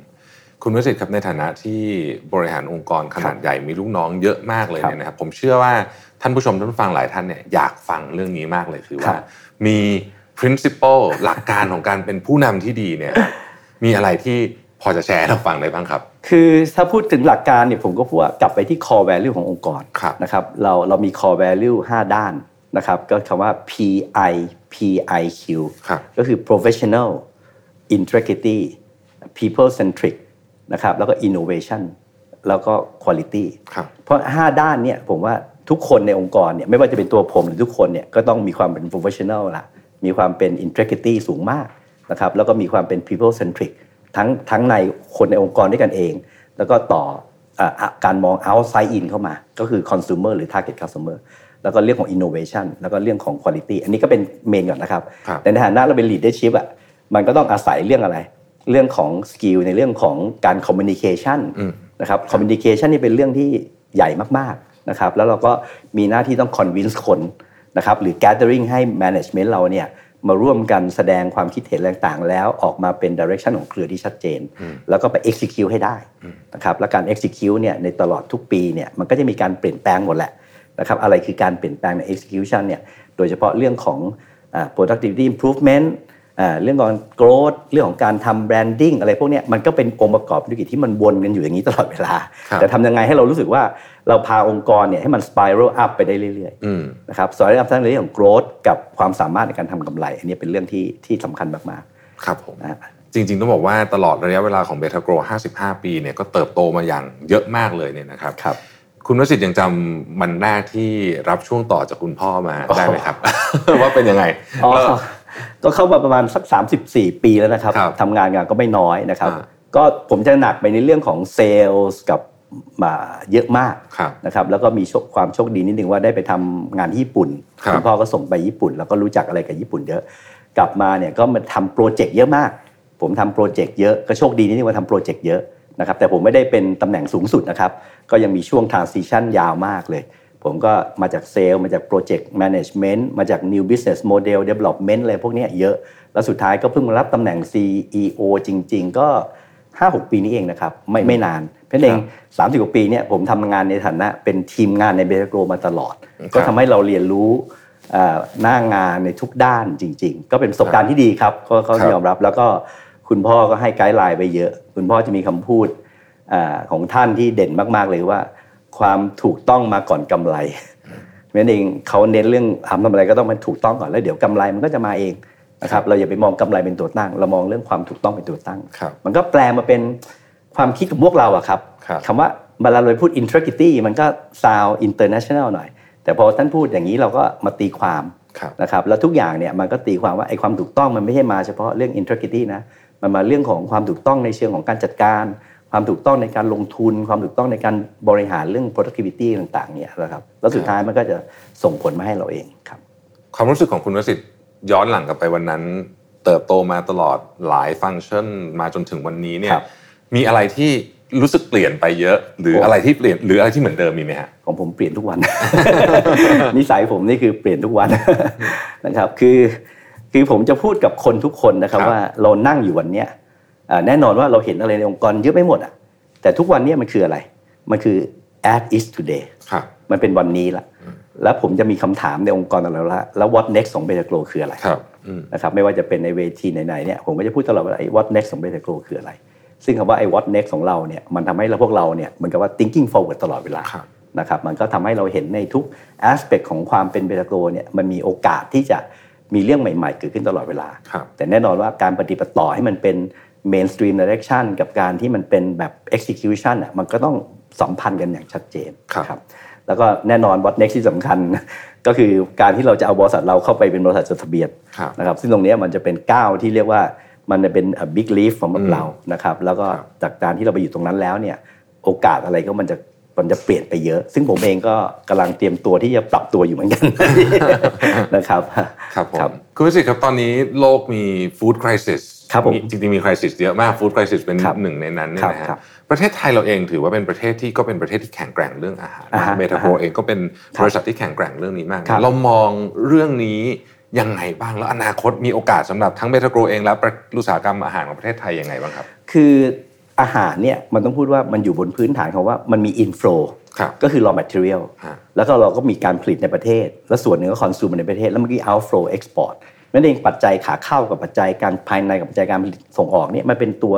Speaker 2: คุณวิสิตครับในฐานะที่บริหารองค์กรขนาดใหญ่มีลูกน้องเยอะมากเลย
Speaker 1: ครับ
Speaker 2: เนี่ยนะครับ ผมเชื่อว่าท่านผู้ชมท่านผู้ฟังหลายท่านเนี่ยอยากฟังเรื่องนี้มากเลยคือ
Speaker 1: ครั
Speaker 2: ว่า
Speaker 1: บ
Speaker 2: มี principle หลักการของการเป็นผู้นำที่ดี เนี่ยครับมีอะไรที่พอจะแชร์ให้เราฟังได้บ้างครับ
Speaker 1: คือถ้าพูดถึงหลักการเนี่ยผมก็พูดว่ากลับไปที่ core value ขององค์กร
Speaker 2: ครับ
Speaker 1: นะครับเราเรามี core value 5 ด้านนะครับก็คำว่า PI PIQ
Speaker 2: ครับ
Speaker 1: ก็คือ professional integrity people centric นะครับแล้วก็ innovation แล้วก็ quality
Speaker 2: ครับ
Speaker 1: เพราะ 5 ด้านเนี่ยผมว่าทุกคนในองค์กรเนี่ยไม่ว่าจะเป็นตัวผมหรือทุกคนเนี่ยก็ต้องมีความเป็น professional ละมีความเป็น integrity สูงมากนะครับแล้วก็มีความเป็น people centric ทั้งทั้งในคนในองค์กรด้วยกันเอง แล้วก็ต่ออ่ะอ่ะการมอง outside in เข้ามา ก็คือ consumer หรือ target customer แล้วก็เรื่องของ innovation แล้วก็เรื่องของ quality อันนี้ก็เป็นเมนก่อนนะครับ
Speaker 2: ครับ
Speaker 1: แต่ในฐานะเราเป็น leadership อ่ะมันก็ต้องอาศัยเรื่องอะไร เรื่องของสกิลในเรื่องของการ communication
Speaker 2: อืม
Speaker 1: นะครับคอมมิวนิเคชันนี่เป็นเรื่องที่ใหญ่มากๆนะครับแล้วเราก็มีหน้าที่ต้องคอนวินส์คนนะครับหรือ gathering ให้ management เราเนี่ยมาร่วมกันแสดงความคิดเห็นต่างๆ แล้วออกมาเป็น direction ของเครือที่ชัดเจน แล้วก็ไป execute ให้ได้นะครับและการ execute เนี่ยในตลอดทุกปีเนี่ยมันก็จะมีการเปลี่ยนแปลงหมดแหละนะครับอะไรคือการเปลี่ยนแปลงใน execution เนี่ยโดยเฉพาะเรื่องของอ่า productivity improvement อ่าเรื่องของ growth เรื่องของการทำ branding อะไรพวกเนี้ยมันก็เป็นองค์ประกอบธุรกิจที่มันวนกันอยู่อย่างนี้ตลอดเวลา
Speaker 2: ครับ
Speaker 1: แต่ทำยังไงให้เรารู้สึกว่าเราพาองค์กรเนี่ยให้มัน spiral up ไปได้เรื่อย
Speaker 2: อืม
Speaker 1: ๆนะครับสอนรับทั้งเรื่องของ growth กับความสามารถในการทำกำไร อันนี้เป็นเรื่องที่ที่สำคัญมาก
Speaker 2: ครับผม
Speaker 1: ๆนะฮะ
Speaker 2: จริงๆ ต้องบอกว่าตลอดระยะเวลาของเบทาโกร 55 ปีเนี่ยก็เติบโตมาอย่างเยอะมากเลยเนี่ยนะครับ
Speaker 1: ครับ
Speaker 2: คุณวสิทธิ์ยังจ ำมันแรกที่รับช่วงต่อจากคุณพ่อมาได้ไหมครับ ว่าเป็นยังไง
Speaker 1: อ๋อ
Speaker 2: แล้ว
Speaker 1: ก็เข้ามาประมาณสัก 34 ปีแล้วนะครับ
Speaker 2: ครับ
Speaker 1: ทำงานงานก็ไม่น้อยนะครับ
Speaker 2: อ่า
Speaker 1: ก็ผมจะหนักไปในเรื่องของเซลล์กับมาเยอะมาก
Speaker 2: ครับ
Speaker 1: นะครับแล้วก็มีโชคความโชคดีนิดนึงว่าได้ไปทำงานที่ญี่ปุ่น
Speaker 2: ครับ
Speaker 1: ณพ่อก็ส่งไปญี่ปุ่น แล้วก็รู้จักอะไรกับญี่ปุ่นเยอะ กลับมาเนี่ยก็มาทำโปรเจกต์เยอะมาก ผมทำโปรเจกต์เยอะก็โชคดีนิดนึงว่าทำโปรเจกต์เยอะนะครับแต่ผมไม่ได้เป็นตำแหน่งสูงสุดนะครับก็ยังมีช่วง transition ยาวมากเลย ผมก็มาจากเซลล์มาจากโปรเจกต์แมネจเมนต์มาจาก new business model development อะไรพวกเนี้ยเยอะ แล้วสุดท้ายก็เพิ่งมารับตำแหน่ง CEO จริง ๆ ก็ 5-6 ปีนี้เองนะครับไม่ไม่นานเพราะฉะนั้นเอง
Speaker 2: ครับ
Speaker 1: สามสิบกว่าปีเนี่ยผมทำงานในฐานะเป็นทีมงานในเบสโกมาตลอด
Speaker 2: ครับ
Speaker 1: ก็ทำให้เราเรียนรู้เอ่อหน้างานในทุกด้านจริง ๆ ก็เป็นประสบการณ์ที่ดีครับก็เขา
Speaker 2: ครับ
Speaker 1: ยอมรับแล้วก็คุณพ่อก็ให้ไกด์ไลน์ไปเยอะ คุณพ่อจะมีคำพูดเอ่อของท่านที่เด่นมากๆเลยว่า ความถูกต้องมาก่อนกำไรเพราะฉะนั่นเองเขาเน้นเรื่องทำทำอะไรก็ต้องมันถูกต้องก่อนแล้วเดี๋ยวกำไรมันก็จะมาเองนะค
Speaker 2: ครั
Speaker 1: รับบ เราอย่าไปมองกำไรเป็นตัวตั้ง เรามองเรื่องความถูกต้องเป็นตัวตั้ง
Speaker 2: ครับ
Speaker 1: มันก็แปลมาเป็นความคิดของพวกเราอะครับ
Speaker 2: ครับ
Speaker 1: ว่าเวลาเราพูด integrity มันก็ sound international หน่อย แต่พอท่านพูดอย่างนี้เราก็มาตีความ
Speaker 2: ครับ
Speaker 1: นะครับแล้วทุกอย่างเนี่ยมันก็ตีความว่าไอ้ความถูกต้องมันไม่ใช่มาเฉพาะเรื่อง integrity นะมันมาเรื่องของความถูกต้องในเชิงของการจัดการ ความถูกต้องในการลงทุน ความถูกต้องในการบริหารเรื่อง productivity ต่างๆเนี่ยนะครับแล้วสุดท้ายมันก็จะส่งผลมาให้เราเองครับ
Speaker 2: ความรู้สึกของคุณวสิทธิ์ย้อนหลังกลับไปวันนั้น เติบโตมาตลอดหลายฟังก์ชันมาจนถึงวันนี้
Speaker 1: ค
Speaker 2: เนี่ย
Speaker 1: รับ
Speaker 2: มีอะไรที่รู้สึกเปลี่ยนไปเยอะ หรือ
Speaker 1: โอ้
Speaker 2: อะไรที่เปลี่ยนหรืออะไรที่เหมือนเดิมมีไหมฮะ
Speaker 1: ของผมเปลี่ยนทุกวัน นิสัยผมนี่คือเปลี่ยนทุกวัน นะครับคือคือผมจะพูดกับคนทุกคนนะครับ
Speaker 2: ครับ
Speaker 1: ว่าเรานั่งอยู่วันเนี้ยอ่าแน่นอนว่าเราเห็นอะไรในองค์กรเยอะไปหมดอ่ะแต่ทุกวันเนี้ยมันคืออะไร มันคือ as is today
Speaker 2: ครับ
Speaker 1: มันเป็นวันนี้ละแล้วผมจะมีคำถามในองค์กรตลอดเวละแล้ว what next ของเบตาโกลคืออะไร
Speaker 2: ครับอืม
Speaker 1: นะครับไม่ว่าจะเป็นในเวทีไหนๆเนี่ยผมก็จะพูดตลอดว่าไอ้ what next ของเบ t a โก o คืออะไร ซึ่งคำว่าไอ้ what next ของเราเนี่ยมันทำให้เราพวกเราเนี่ยเหมือนกับว่า thinking forward ตลอดเวลา
Speaker 2: ครับ
Speaker 1: นะครับมันก็ทำให้เราเห็นในทุก aspect ของความเป็นเบ t a โก o เนี่ยมันมีโอกาสที่จะมีเรื่องใหม่ๆเกิดขึ้นตลอดเวลา
Speaker 2: ครับ
Speaker 1: แต่แน่นอนว่าการปฏิบัติต่อให้มันเป็น mainstream direction กับการที่มันเป็นแบบ execution อ่ะมันก็ต้องสัมพันธ์กันอย่างชัดเจน
Speaker 2: ครับ
Speaker 1: แล้วก็แน่นอน what next ที่สำคัญ ก็คือการที่เราจะเอาบริษัทเราเข้าไปเป็นบริษัทจดทะเบียน
Speaker 2: ครับ
Speaker 1: นะครับซึ่งตรงเนี้ยมันจะเป็นก้าวที่เรียกว่ามันจะเป็น big leap ของ
Speaker 2: อืม
Speaker 1: เรานะครับแล้วก็
Speaker 2: ครับ
Speaker 1: จากการที่เราไปอยู่ตรงนั้นแล้วเนี่ยโอกาสอะไรก็มันจะมันจะเปลี่ยนไปเยอะ ซึ่งผมเองก็กำลังเตรียมตัวที่จะปรับตัวอยู่เหมือน กัน นะครับ
Speaker 2: ครับผ
Speaker 1: ครั
Speaker 2: ม
Speaker 1: บ
Speaker 2: คุณวิสิทธิ์ครับตอนนี้โลกมีฟู้ดคริสิส
Speaker 1: ครับผม
Speaker 2: จริงๆมีคริสิสเยอะมากฟู้ดคริสิสเป็น
Speaker 1: ครับ
Speaker 2: หนึ่งในนั้นเนี่ยนะ
Speaker 1: ครั
Speaker 2: ฮะ
Speaker 1: บ
Speaker 2: ประเทศไทยเราเองถือว่าเป็นประเทศที่ก็เป็นประเทศที่แข็งแกร่งเรื่องอาหาร
Speaker 1: อ่าฮะ
Speaker 2: เมทาโพ
Speaker 1: อ่าฮะ
Speaker 2: เองก็เป็น
Speaker 1: ครับ
Speaker 2: บริษัทที่แข็งแกร่งเรื่องนี้มาก
Speaker 1: ครับ
Speaker 2: เรามองเรื่องนี้ยังไงบ้างแล้วอนาคตมีโอกาสสำหรับทั้งเมทาโกรเองและประอุตสาหกรรมอาหารของประเทศไทยยังไงบ้างครับ
Speaker 1: คืออาหารเนี่ยมันต้องพูดว่ามันอยู่บนพื้นฐานของว่ามันมี inflow
Speaker 2: ครับ
Speaker 1: ก็คือ raw material
Speaker 2: ฮะ
Speaker 1: แล้วก็เราก็มีการผลิตในประเทศ และส่วนหนึ่งก็คอนซูมในประเทศ แล้วเมื่อกี้ outflow export นั่นเองปัจจัยขาเข้ากับปัจจัยการภายในกับปัจจัยการผลิตส่งออกเนี่ยมันเป็นตัว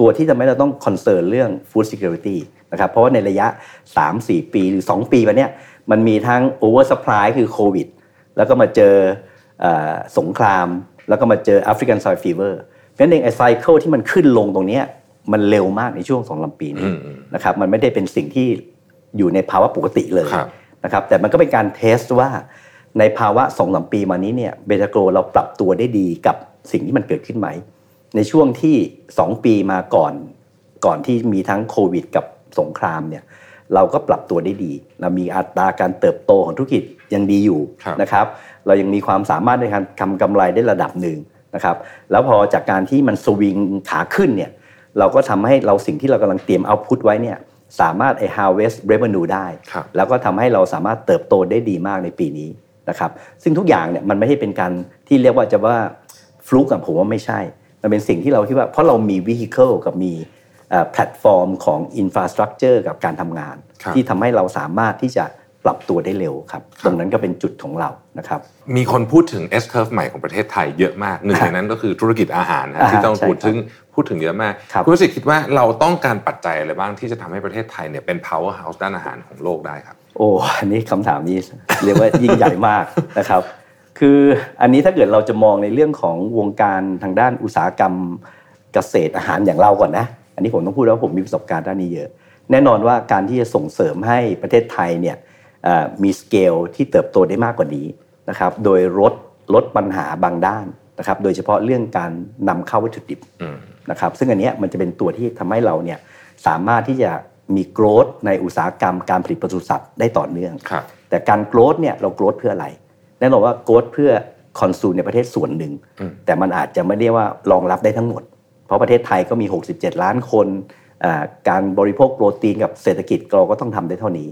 Speaker 1: ตัวที่ทำให้เราต้องคอนเซิร์นเรื่อง food security นะครับเพราะว่าในระยะ 3-4 ปีหรือ 2 ปีมาเนี่ยมันมีทั้ง over supply คือโควิด แล้วก็มาเจอเอ่อสงคราม แล้วก็มาเจอแอฟริกันซอยฟีเวอร์เพราะฉะนั้นเองไอ้ไซเคิลที่มันขึ้นลงตรงเนี้ยมันเร็วมากในช่วงสองลำปีนี้
Speaker 2: อืม
Speaker 1: นะครับมันไม่ได้เป็นสิ่งที่อยู่ในภาวะปกติเลย
Speaker 2: ครับ
Speaker 1: นะครับแต่มันก็เป็นการเทสว่าในภาวะสองสามปีมานี้เนี่ยเบตาโกรเราปรับตัวได้ดีกับสิ่งที่มันเกิดขึ้นไหม ในช่วงที่ 2 ปีมาก่อนก่อนที่มีทั้งโควิดกับสงครามเนี่ยเราก็ปรับตัวได้ดี เรามีอัตราการเติบโตของธุรกิจยังดีอยู่
Speaker 2: ครับ
Speaker 1: นะครับ เรายังมีความสามารถในการทำกำไรได้ระดับหนึ่งนะครับ แล้วพอจากการที่มันสวิงขาขึ้นเนี่ยเราก็ทำให้เราสิ่งที่เรากำลังเตรียมเอาพุทไว้เนี่ยสามารถไอ้ harvest revenue ได้
Speaker 2: ครับ
Speaker 1: แล้วก็ทำให้เราสามารถเติบโตได้ดีมากในปีนี้นะครับซึ่งทุกอย่างเนี่ยมันไม่ใช่เป็นการที่เรียกว่าจะว่าฟลุกกับผมว่าไม่ใช่ มันเป็นสิ่งที่เราคิดว่าเพราะเรามีวิ h i c l e กับมีแพลตฟอร์มของอินฟราสตรักเจอร์กับการทำงาน
Speaker 2: ครับ
Speaker 1: ที่ทำให้เราสามารถที่จะปรับตัวได้เร็วครับ
Speaker 2: ครับ
Speaker 1: ตรงนั้นก็เป็นจุดของเรานะครับ
Speaker 2: มีคนพูดถึง S curve ใหม่ของประเทศไทยเยอะมากหนึ่งในนั้นก็คือธุรกิจอาหารนะ
Speaker 1: อ่าฮะ
Speaker 2: ที่ต้อง
Speaker 1: ใช่ครับ
Speaker 2: พูดถึงพูดถึงเยอะมาก
Speaker 1: ครับ
Speaker 2: ณวิสิทธิ์คิดว่าเราต้องการปัจจัยอะไรบ้างที่จะทำให้ประเทศไทยเนี่ยเป็น power house ด้านอาหารของโลกได้ครับ
Speaker 1: โอ้อันนี้คำถามนี้ เรียกว่ายิ่งใหญ่มากนะครับ คืออันนี้ถ้าเกิดเราจะมองในเรื่องของวงการทางด้านอุตสาหกรรมเกษตรอาหารอย่างเราก่อนนะ อันนี้ผมต้องพูดว่าผมมีประสบการณ์ด้านนี้เยอะ แน่นอนว่าการที่จะส่งเสริมให้ประเทศไทยเนี่ยเอ่อมีสเกลที่เติบโตได้มากกว่านี้นะครับ โดยลด ลดปัญหาบางด้านนะครับ โดยเฉพาะเรื่องการนำเข้าวัตถุดิบ
Speaker 2: อืม
Speaker 1: นะครับซึ่งอันเนี้ยมันจะเป็นตัวที่ทำให้เราเนี่ยสามารถที่จะมีโกรธในอุตสาหกรรมการผลิตปศุสัตว์ได้ต่อเนื่อง
Speaker 2: ครับ
Speaker 1: แต่การโกรธเนี่ยเราโกรธเพื่ออะไร แน่นอนว่าโกรธเพื่อคอนซูมในประเทศส่วนหนึ่ง
Speaker 2: อืม
Speaker 1: แต่มันอาจจะไม่ได้ว่ารองรับได้ทั้งหมด เพราะประเทศไทยก็มี 67 ล้านคนอ่าการบริโภคโปรตีนกับเศรษฐกิจเราก็ต้องทำได้เท่านี้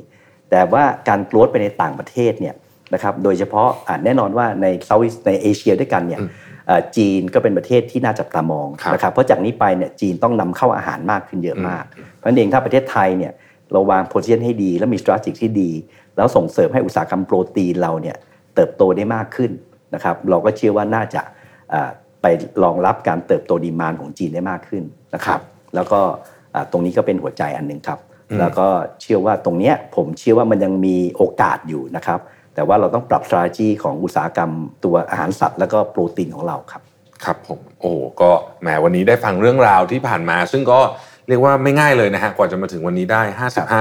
Speaker 1: แต่ว่าการโกรธไปในต่างประเทศเนี่ยนะครับโดยเฉพาะอ่าแน่นอนว่าในเซาท์ในเอเชียด้วยกันเนี่ยเอ่อจีนก็เป็นประเทศที่น่าจับตามอง
Speaker 2: ครับ
Speaker 1: นะครับเพราะจากนี้ไปเนี่ยจีนต้องนำเข้าอาหารมากขึ้นเยอะมาก เพราะฉะนั้นเองถ้าประเทศไทยเนี่ยเราวางโพ i ิชันให้ดี แล้วมี t r a t e g ที่ดี แล้วส่งเสริมให้อุตสาหกรรมโปรตีนเราเนี่ยเติบโตได้มากขึ้นนะครับเราก็เชื่อว่าน่าจะอ่าไปรองรับการเติบโตดีมานของจีนได้มากขึ้นนะครับแล้วก็อ่าตรงนี้ก็เป็นหัวใจอันหนึ่งครับ แล้วก็เชื่อว่าตรงเนี้ยผมเชื่อว่ามันยังมีโอกาสอยู่นะครับแต่ว่าเราต้องปรับ s t r a t e g y ของอุตสาหกรรมตัวอาหารสัตว์ แล้วก็โปรตีนของเราครับ
Speaker 2: ครับผมโอ้ก็แหมวันนี้ได้ฟังเรื่องราวที่ผ่านมา ซึ่งก็เรียกว่าไม่ง่ายเลยนะฮะกว่าจะมาถึงวันนี้ได้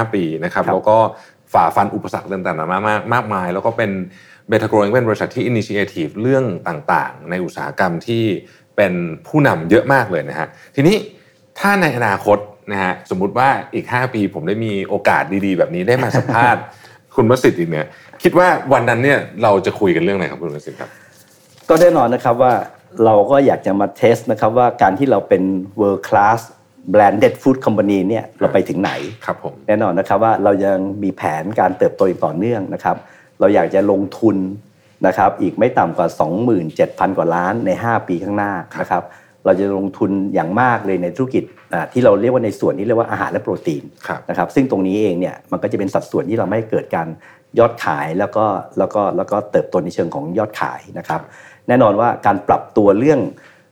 Speaker 2: 55 ปีนะครับ
Speaker 1: ครับ
Speaker 2: แล้วก็ฝ่าฟันอุปสรรคต่างๆมามากมากมาย แล้วก็เป็นเบทาโกรเป็นบริษัทที่ initiative เรื่องต่างๆ ในอุตสาหกรรมที่เป็นผู้นำเยอะมากเลยนะฮะทีนี้ถ้าในอนาคตนะฮะสมมุติว่าอีก 5 ปีผมได้มีโอกาสดีๆ แบบนี้ได้มาสัมภาษณ์ คุณวสิทธิ์อีกเนี่ยคิดว่าวันนั้นเนี่ยเราจะคุยกันเรื่องอะไรครับคุณวสิทธิ์ครับ
Speaker 1: ก็แน่นอนนะครับว่าเราก็อยากจะมาเทสนะครับว่าการที่เราเป็น world class branded food company เนี่ยเราไปถึงไหน
Speaker 2: ครับผม
Speaker 1: แน่นอนนะครับว่าเรายังมีแผนการเติบโตอย่างต่อเนื่องนะครับ เราอยากจะลงทุนนะครับอีกไม่ต่ำกว่า 27,000 กว่าล้านใน 5 ปีข้างหน้านะครับเราจะลงทุนอย่างมากเลยในธุรกิจอ่าที่เราเรียกว่าในส่วนที่เรียกว่าอาหารและโปรตีน
Speaker 2: ครับ
Speaker 1: นะครับซึ่งตรงนี้เองเนี่ยมันก็จะเป็นสัดส่วนที่เราไม่ให้เกิดการยอดขายแล้วก็แล้วก็แล้วก็เติบโตในเชิงของยอดขายนะครับ แน่นอนว่าการปรับตัวเรื่อง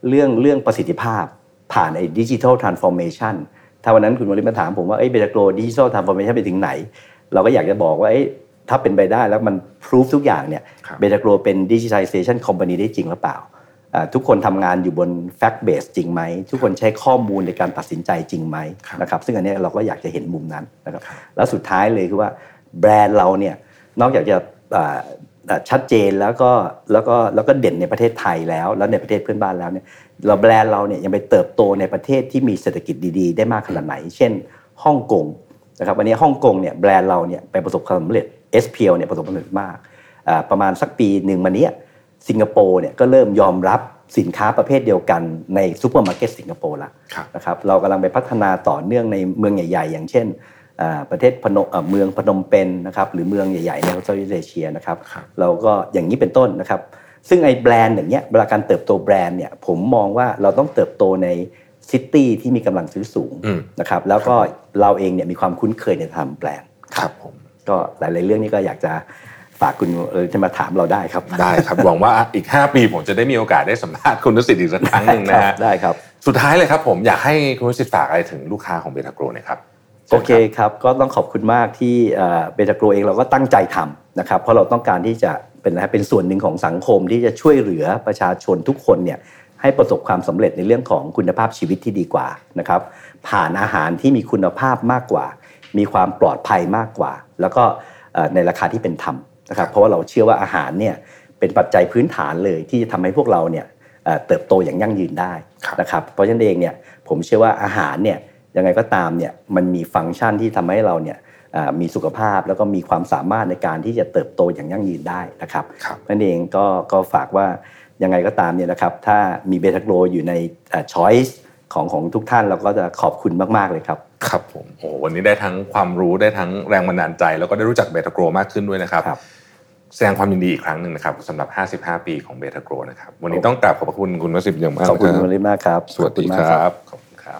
Speaker 1: เรื่องเรื่องประสิทธิภาพ ผ่านไอ้ดิจิทัลทรานส์ฟอร์เมชันถ้าวันนั้นคุณวริศมาถามผมว่าเอ้เบตาโกรดิจิทัลทรานส์ฟอร์เมชันไปถึงไหน เราก็อยากจะบอกว่าเอ้ยถ้าเป็นไปได้แล้วมันพรูฟทุกอย่างเนี่ย
Speaker 2: ครับ
Speaker 1: เบตาโกรเป็นดิจิทัลเซชันคอมพานีได้จริงหรือเปล่า อ่าทุกคนทำงานอยู่บนแฟกต์เบสจริงไหม ทุกคนใช้ข้อมูลในการตัดสินใจจริงไหม
Speaker 2: ครับ
Speaker 1: นะครับซึ่งอันเนี้ยเราก็อยากจะเห็นมุมนั้นนะครับแล้วสุดท้ายเลยคือว่าแบรนด์เราเนี่ยนอกจากจะอ่าอ่าชัดเจนแล้วก็แล้วก็แล้วก็เด่นในประเทศไทยแล้ว แล้วในประเทศเพื่อนบ้านแล้วเนี่ยเราแบรนด์เราเนี่ยยังไปเติบโตในประเทศที่มีเศรษฐกิจดีๆ ได้มากขนาดไหน เช่นฮ่องกงนะครับวันนี้ฮ่องกงเนี่ยแบรนด์เราเนี่ยไปประสบความสำเร็จ SPL เนี่ยประสบความสำเร็จมากอ่าประมาณสักปีหนึ่งมาเนี้ย สิงคโปร์เนี่ยก็เริ่มยอมรับสินค้าประเภทเดียวกันในซูเปอร์มาร์เก็ตสิงคโปร์ละ
Speaker 2: ครับ
Speaker 1: นะครับเรากำลังไปพัฒนาต่อเนื่องในเมืองใหญ่ ๆ อย่างเช่นอ่าประเทศพนมเอ่อเมืองพนมเปญนะครับหรือเมืองใหญ่ ๆ ในเซาท์อีสเอเชียนะครับ
Speaker 2: ครับ
Speaker 1: เราก็อย่างนี้เป็นต้นนะครับ ซึ่งไอ้แบรนด์อย่างเงี้ยเวลาการเติบโตแบรนด์เนี่ยผมมองว่าเราต้องเติบโตในซิตี้ที่มีกำลังซื้อสูง
Speaker 2: อืม
Speaker 1: นะครับแล้วก็เราเองเนี่ยมีความคุ้นเคยในทำแบรนด์
Speaker 2: ครับผม
Speaker 1: ก็หลาย ๆ เรื่องนี้ก็อยากจะฝากคุณเออจะมาถามเราได้ครับ
Speaker 2: ได้ครับ หวังว่าอีก 5 ปีผมจะได้มีโอกาสได้สัมภาษณ์ คุณนุสิทธิ์อีกสักครั้งหนึ่งนะฮะ
Speaker 1: ได้ครับ
Speaker 2: สุดท้ายเลยครับผมอยากให้คุณนุสิทธิ์ฝากอะไรถึงลูกค้าของเบทาโกรหนะครับ
Speaker 1: โอเคครับ ก็ต้องขอบคุณมากที่เบตาโกรเองเราก็ตั้งใจทำนะครับ เพราะเราต้องการที่จะเป็นอะไรเป็นส่วนหนึ่งของสังคมที่จะช่วยเหลือประชาชนทุกคนเนี่ยให้ประสบความสำเร็จในเรื่องของคุณภาพชีวิตที่ดีกว่านะครับ ผ่านอาหารที่มีคุณภาพมากกว่า มีความปลอดภัยมากกว่า แล้วก็เอ่อในราคาที่เป็นธรรมนะครับ เพราะว่าเราเชื่อว่าอาหารเนี่ยเป็นปัจจัยพื้นฐานเลยที่จะทำให้พวกเราเนี่ยเอ่อเติบโตอย่างยั่งยืนได้
Speaker 2: ครับ
Speaker 1: นะครับ เพราะฉะนั้นเองเนี่ยผมเชื่อว่าอาหารเนี่ยยังไงก็ตามเนี่ยมันมีฟังก์ชันที่ทำให้เราเนี่ยเอ่อมีสุขภาพแล้วก็มีความสามารถในการที่จะเติบโตอย่างยั่งยืนได้นะครับ
Speaker 2: ครับ
Speaker 1: นั่นเองก็ก็ฝากว่ายังไงก็ตามเนี่ยนะครับถ้ามีเบทาโกรอยู่ในช้อยส์ของของทุกท่านเราก็จะขอบคุณมาก ๆ เลยครับ
Speaker 2: ครับผมโอ้วันนี้ได้ทั้งความรู้ได้ทั้งแรงบันดาลใจ แล้วก็ได้รู้จักเบทาโกรมากขึ้นด้วยนะครับ
Speaker 1: ครับ
Speaker 2: แสดงความยินดีอีกครั้งหนึ่งนะครับสำหรับ 55 ปีของเบทาโกรนะครับวันนี้ต้องกราบขอบพระคุณคุณวสิทธิ์อย่างมาก
Speaker 1: ขอบคุณ
Speaker 2: นะ
Speaker 1: คุณ
Speaker 2: รั
Speaker 1: วริศมากครับ
Speaker 2: สวัสดี
Speaker 1: ขอณ
Speaker 2: ค
Speaker 1: มาก
Speaker 2: รับ ขอบคุณครับ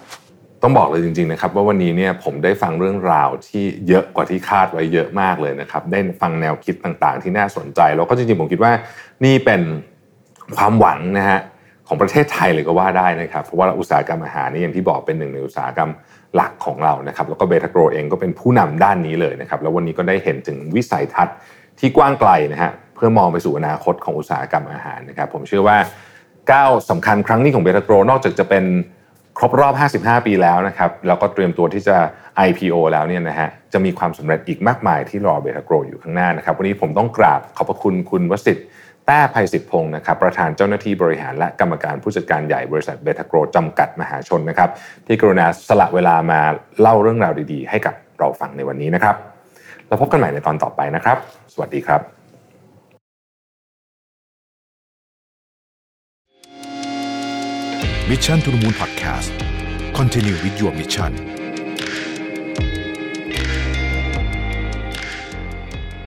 Speaker 2: ต้องบอกเลยจริงๆนะครับว่าวันนี้เนี่ยผมได้ฟังเรื่องราวที่เยอะกว่าที่คาดไว้เยอะมากเลยนะครับ ได้ฟังแนวคิดต่างๆ ที่น่าสนใจ แล้วก็จริงๆผมคิดว่านี่เป็นความหวังนะฮะของประเทศไทยเลยก็ว่าได้นะครับ เพราะว่าอุตสาหกรรมอาหารนี่อย่างที่บอกเป็นหนึ่งในอุตสาหกรรมหลักของเรานะครับ แล้วก็เบทาโกรเองก็เป็นผู้นำด้านนี้เลยนะครับ แล้ววันนี้ก็ได้เห็นถึงวิสัยทัศน์ที่กว้างไกลนะฮะเพื่อมองไปสู่อนาคตของอุตสาหกรรมอาหารนะครับ ผมเชื่อว่า ก้าวสำคัญครั้งนี้ของเบตาโกรนอกจากจะเป็นครบรอบ 55 ปีแล้วนะครับ แล้วก็เตรียมตัวที่จะ IPO แล้วเนี่ยนะฮะจะมีความสำเร็จอีกมากมายที่รอเบตาโกรอยู่ข้างหน้านะครับ วันนี้ผมต้องกราบขอบพระคุณคุณวสิทธิ์ แต้ภัยสิทธิพงศ์นะครับประธานเจ้าหน้าที่บริหารและกรรมการผู้จัดการใหญ่บริษัทเบทาโกรจำกัดมหาชนนะครับ ที่กรุณาสละเวลามาเล่าเรื่องราวดีๆ ให้กับเราฟังในวันนี้นะครับ เราพบกันใหม่ในตอนต่อไปนะครับ สวัสดีครับ
Speaker 3: มิชชั่นทุ h มูลพอดแคสต์คอนเทนิววิดีโอมิชชั่น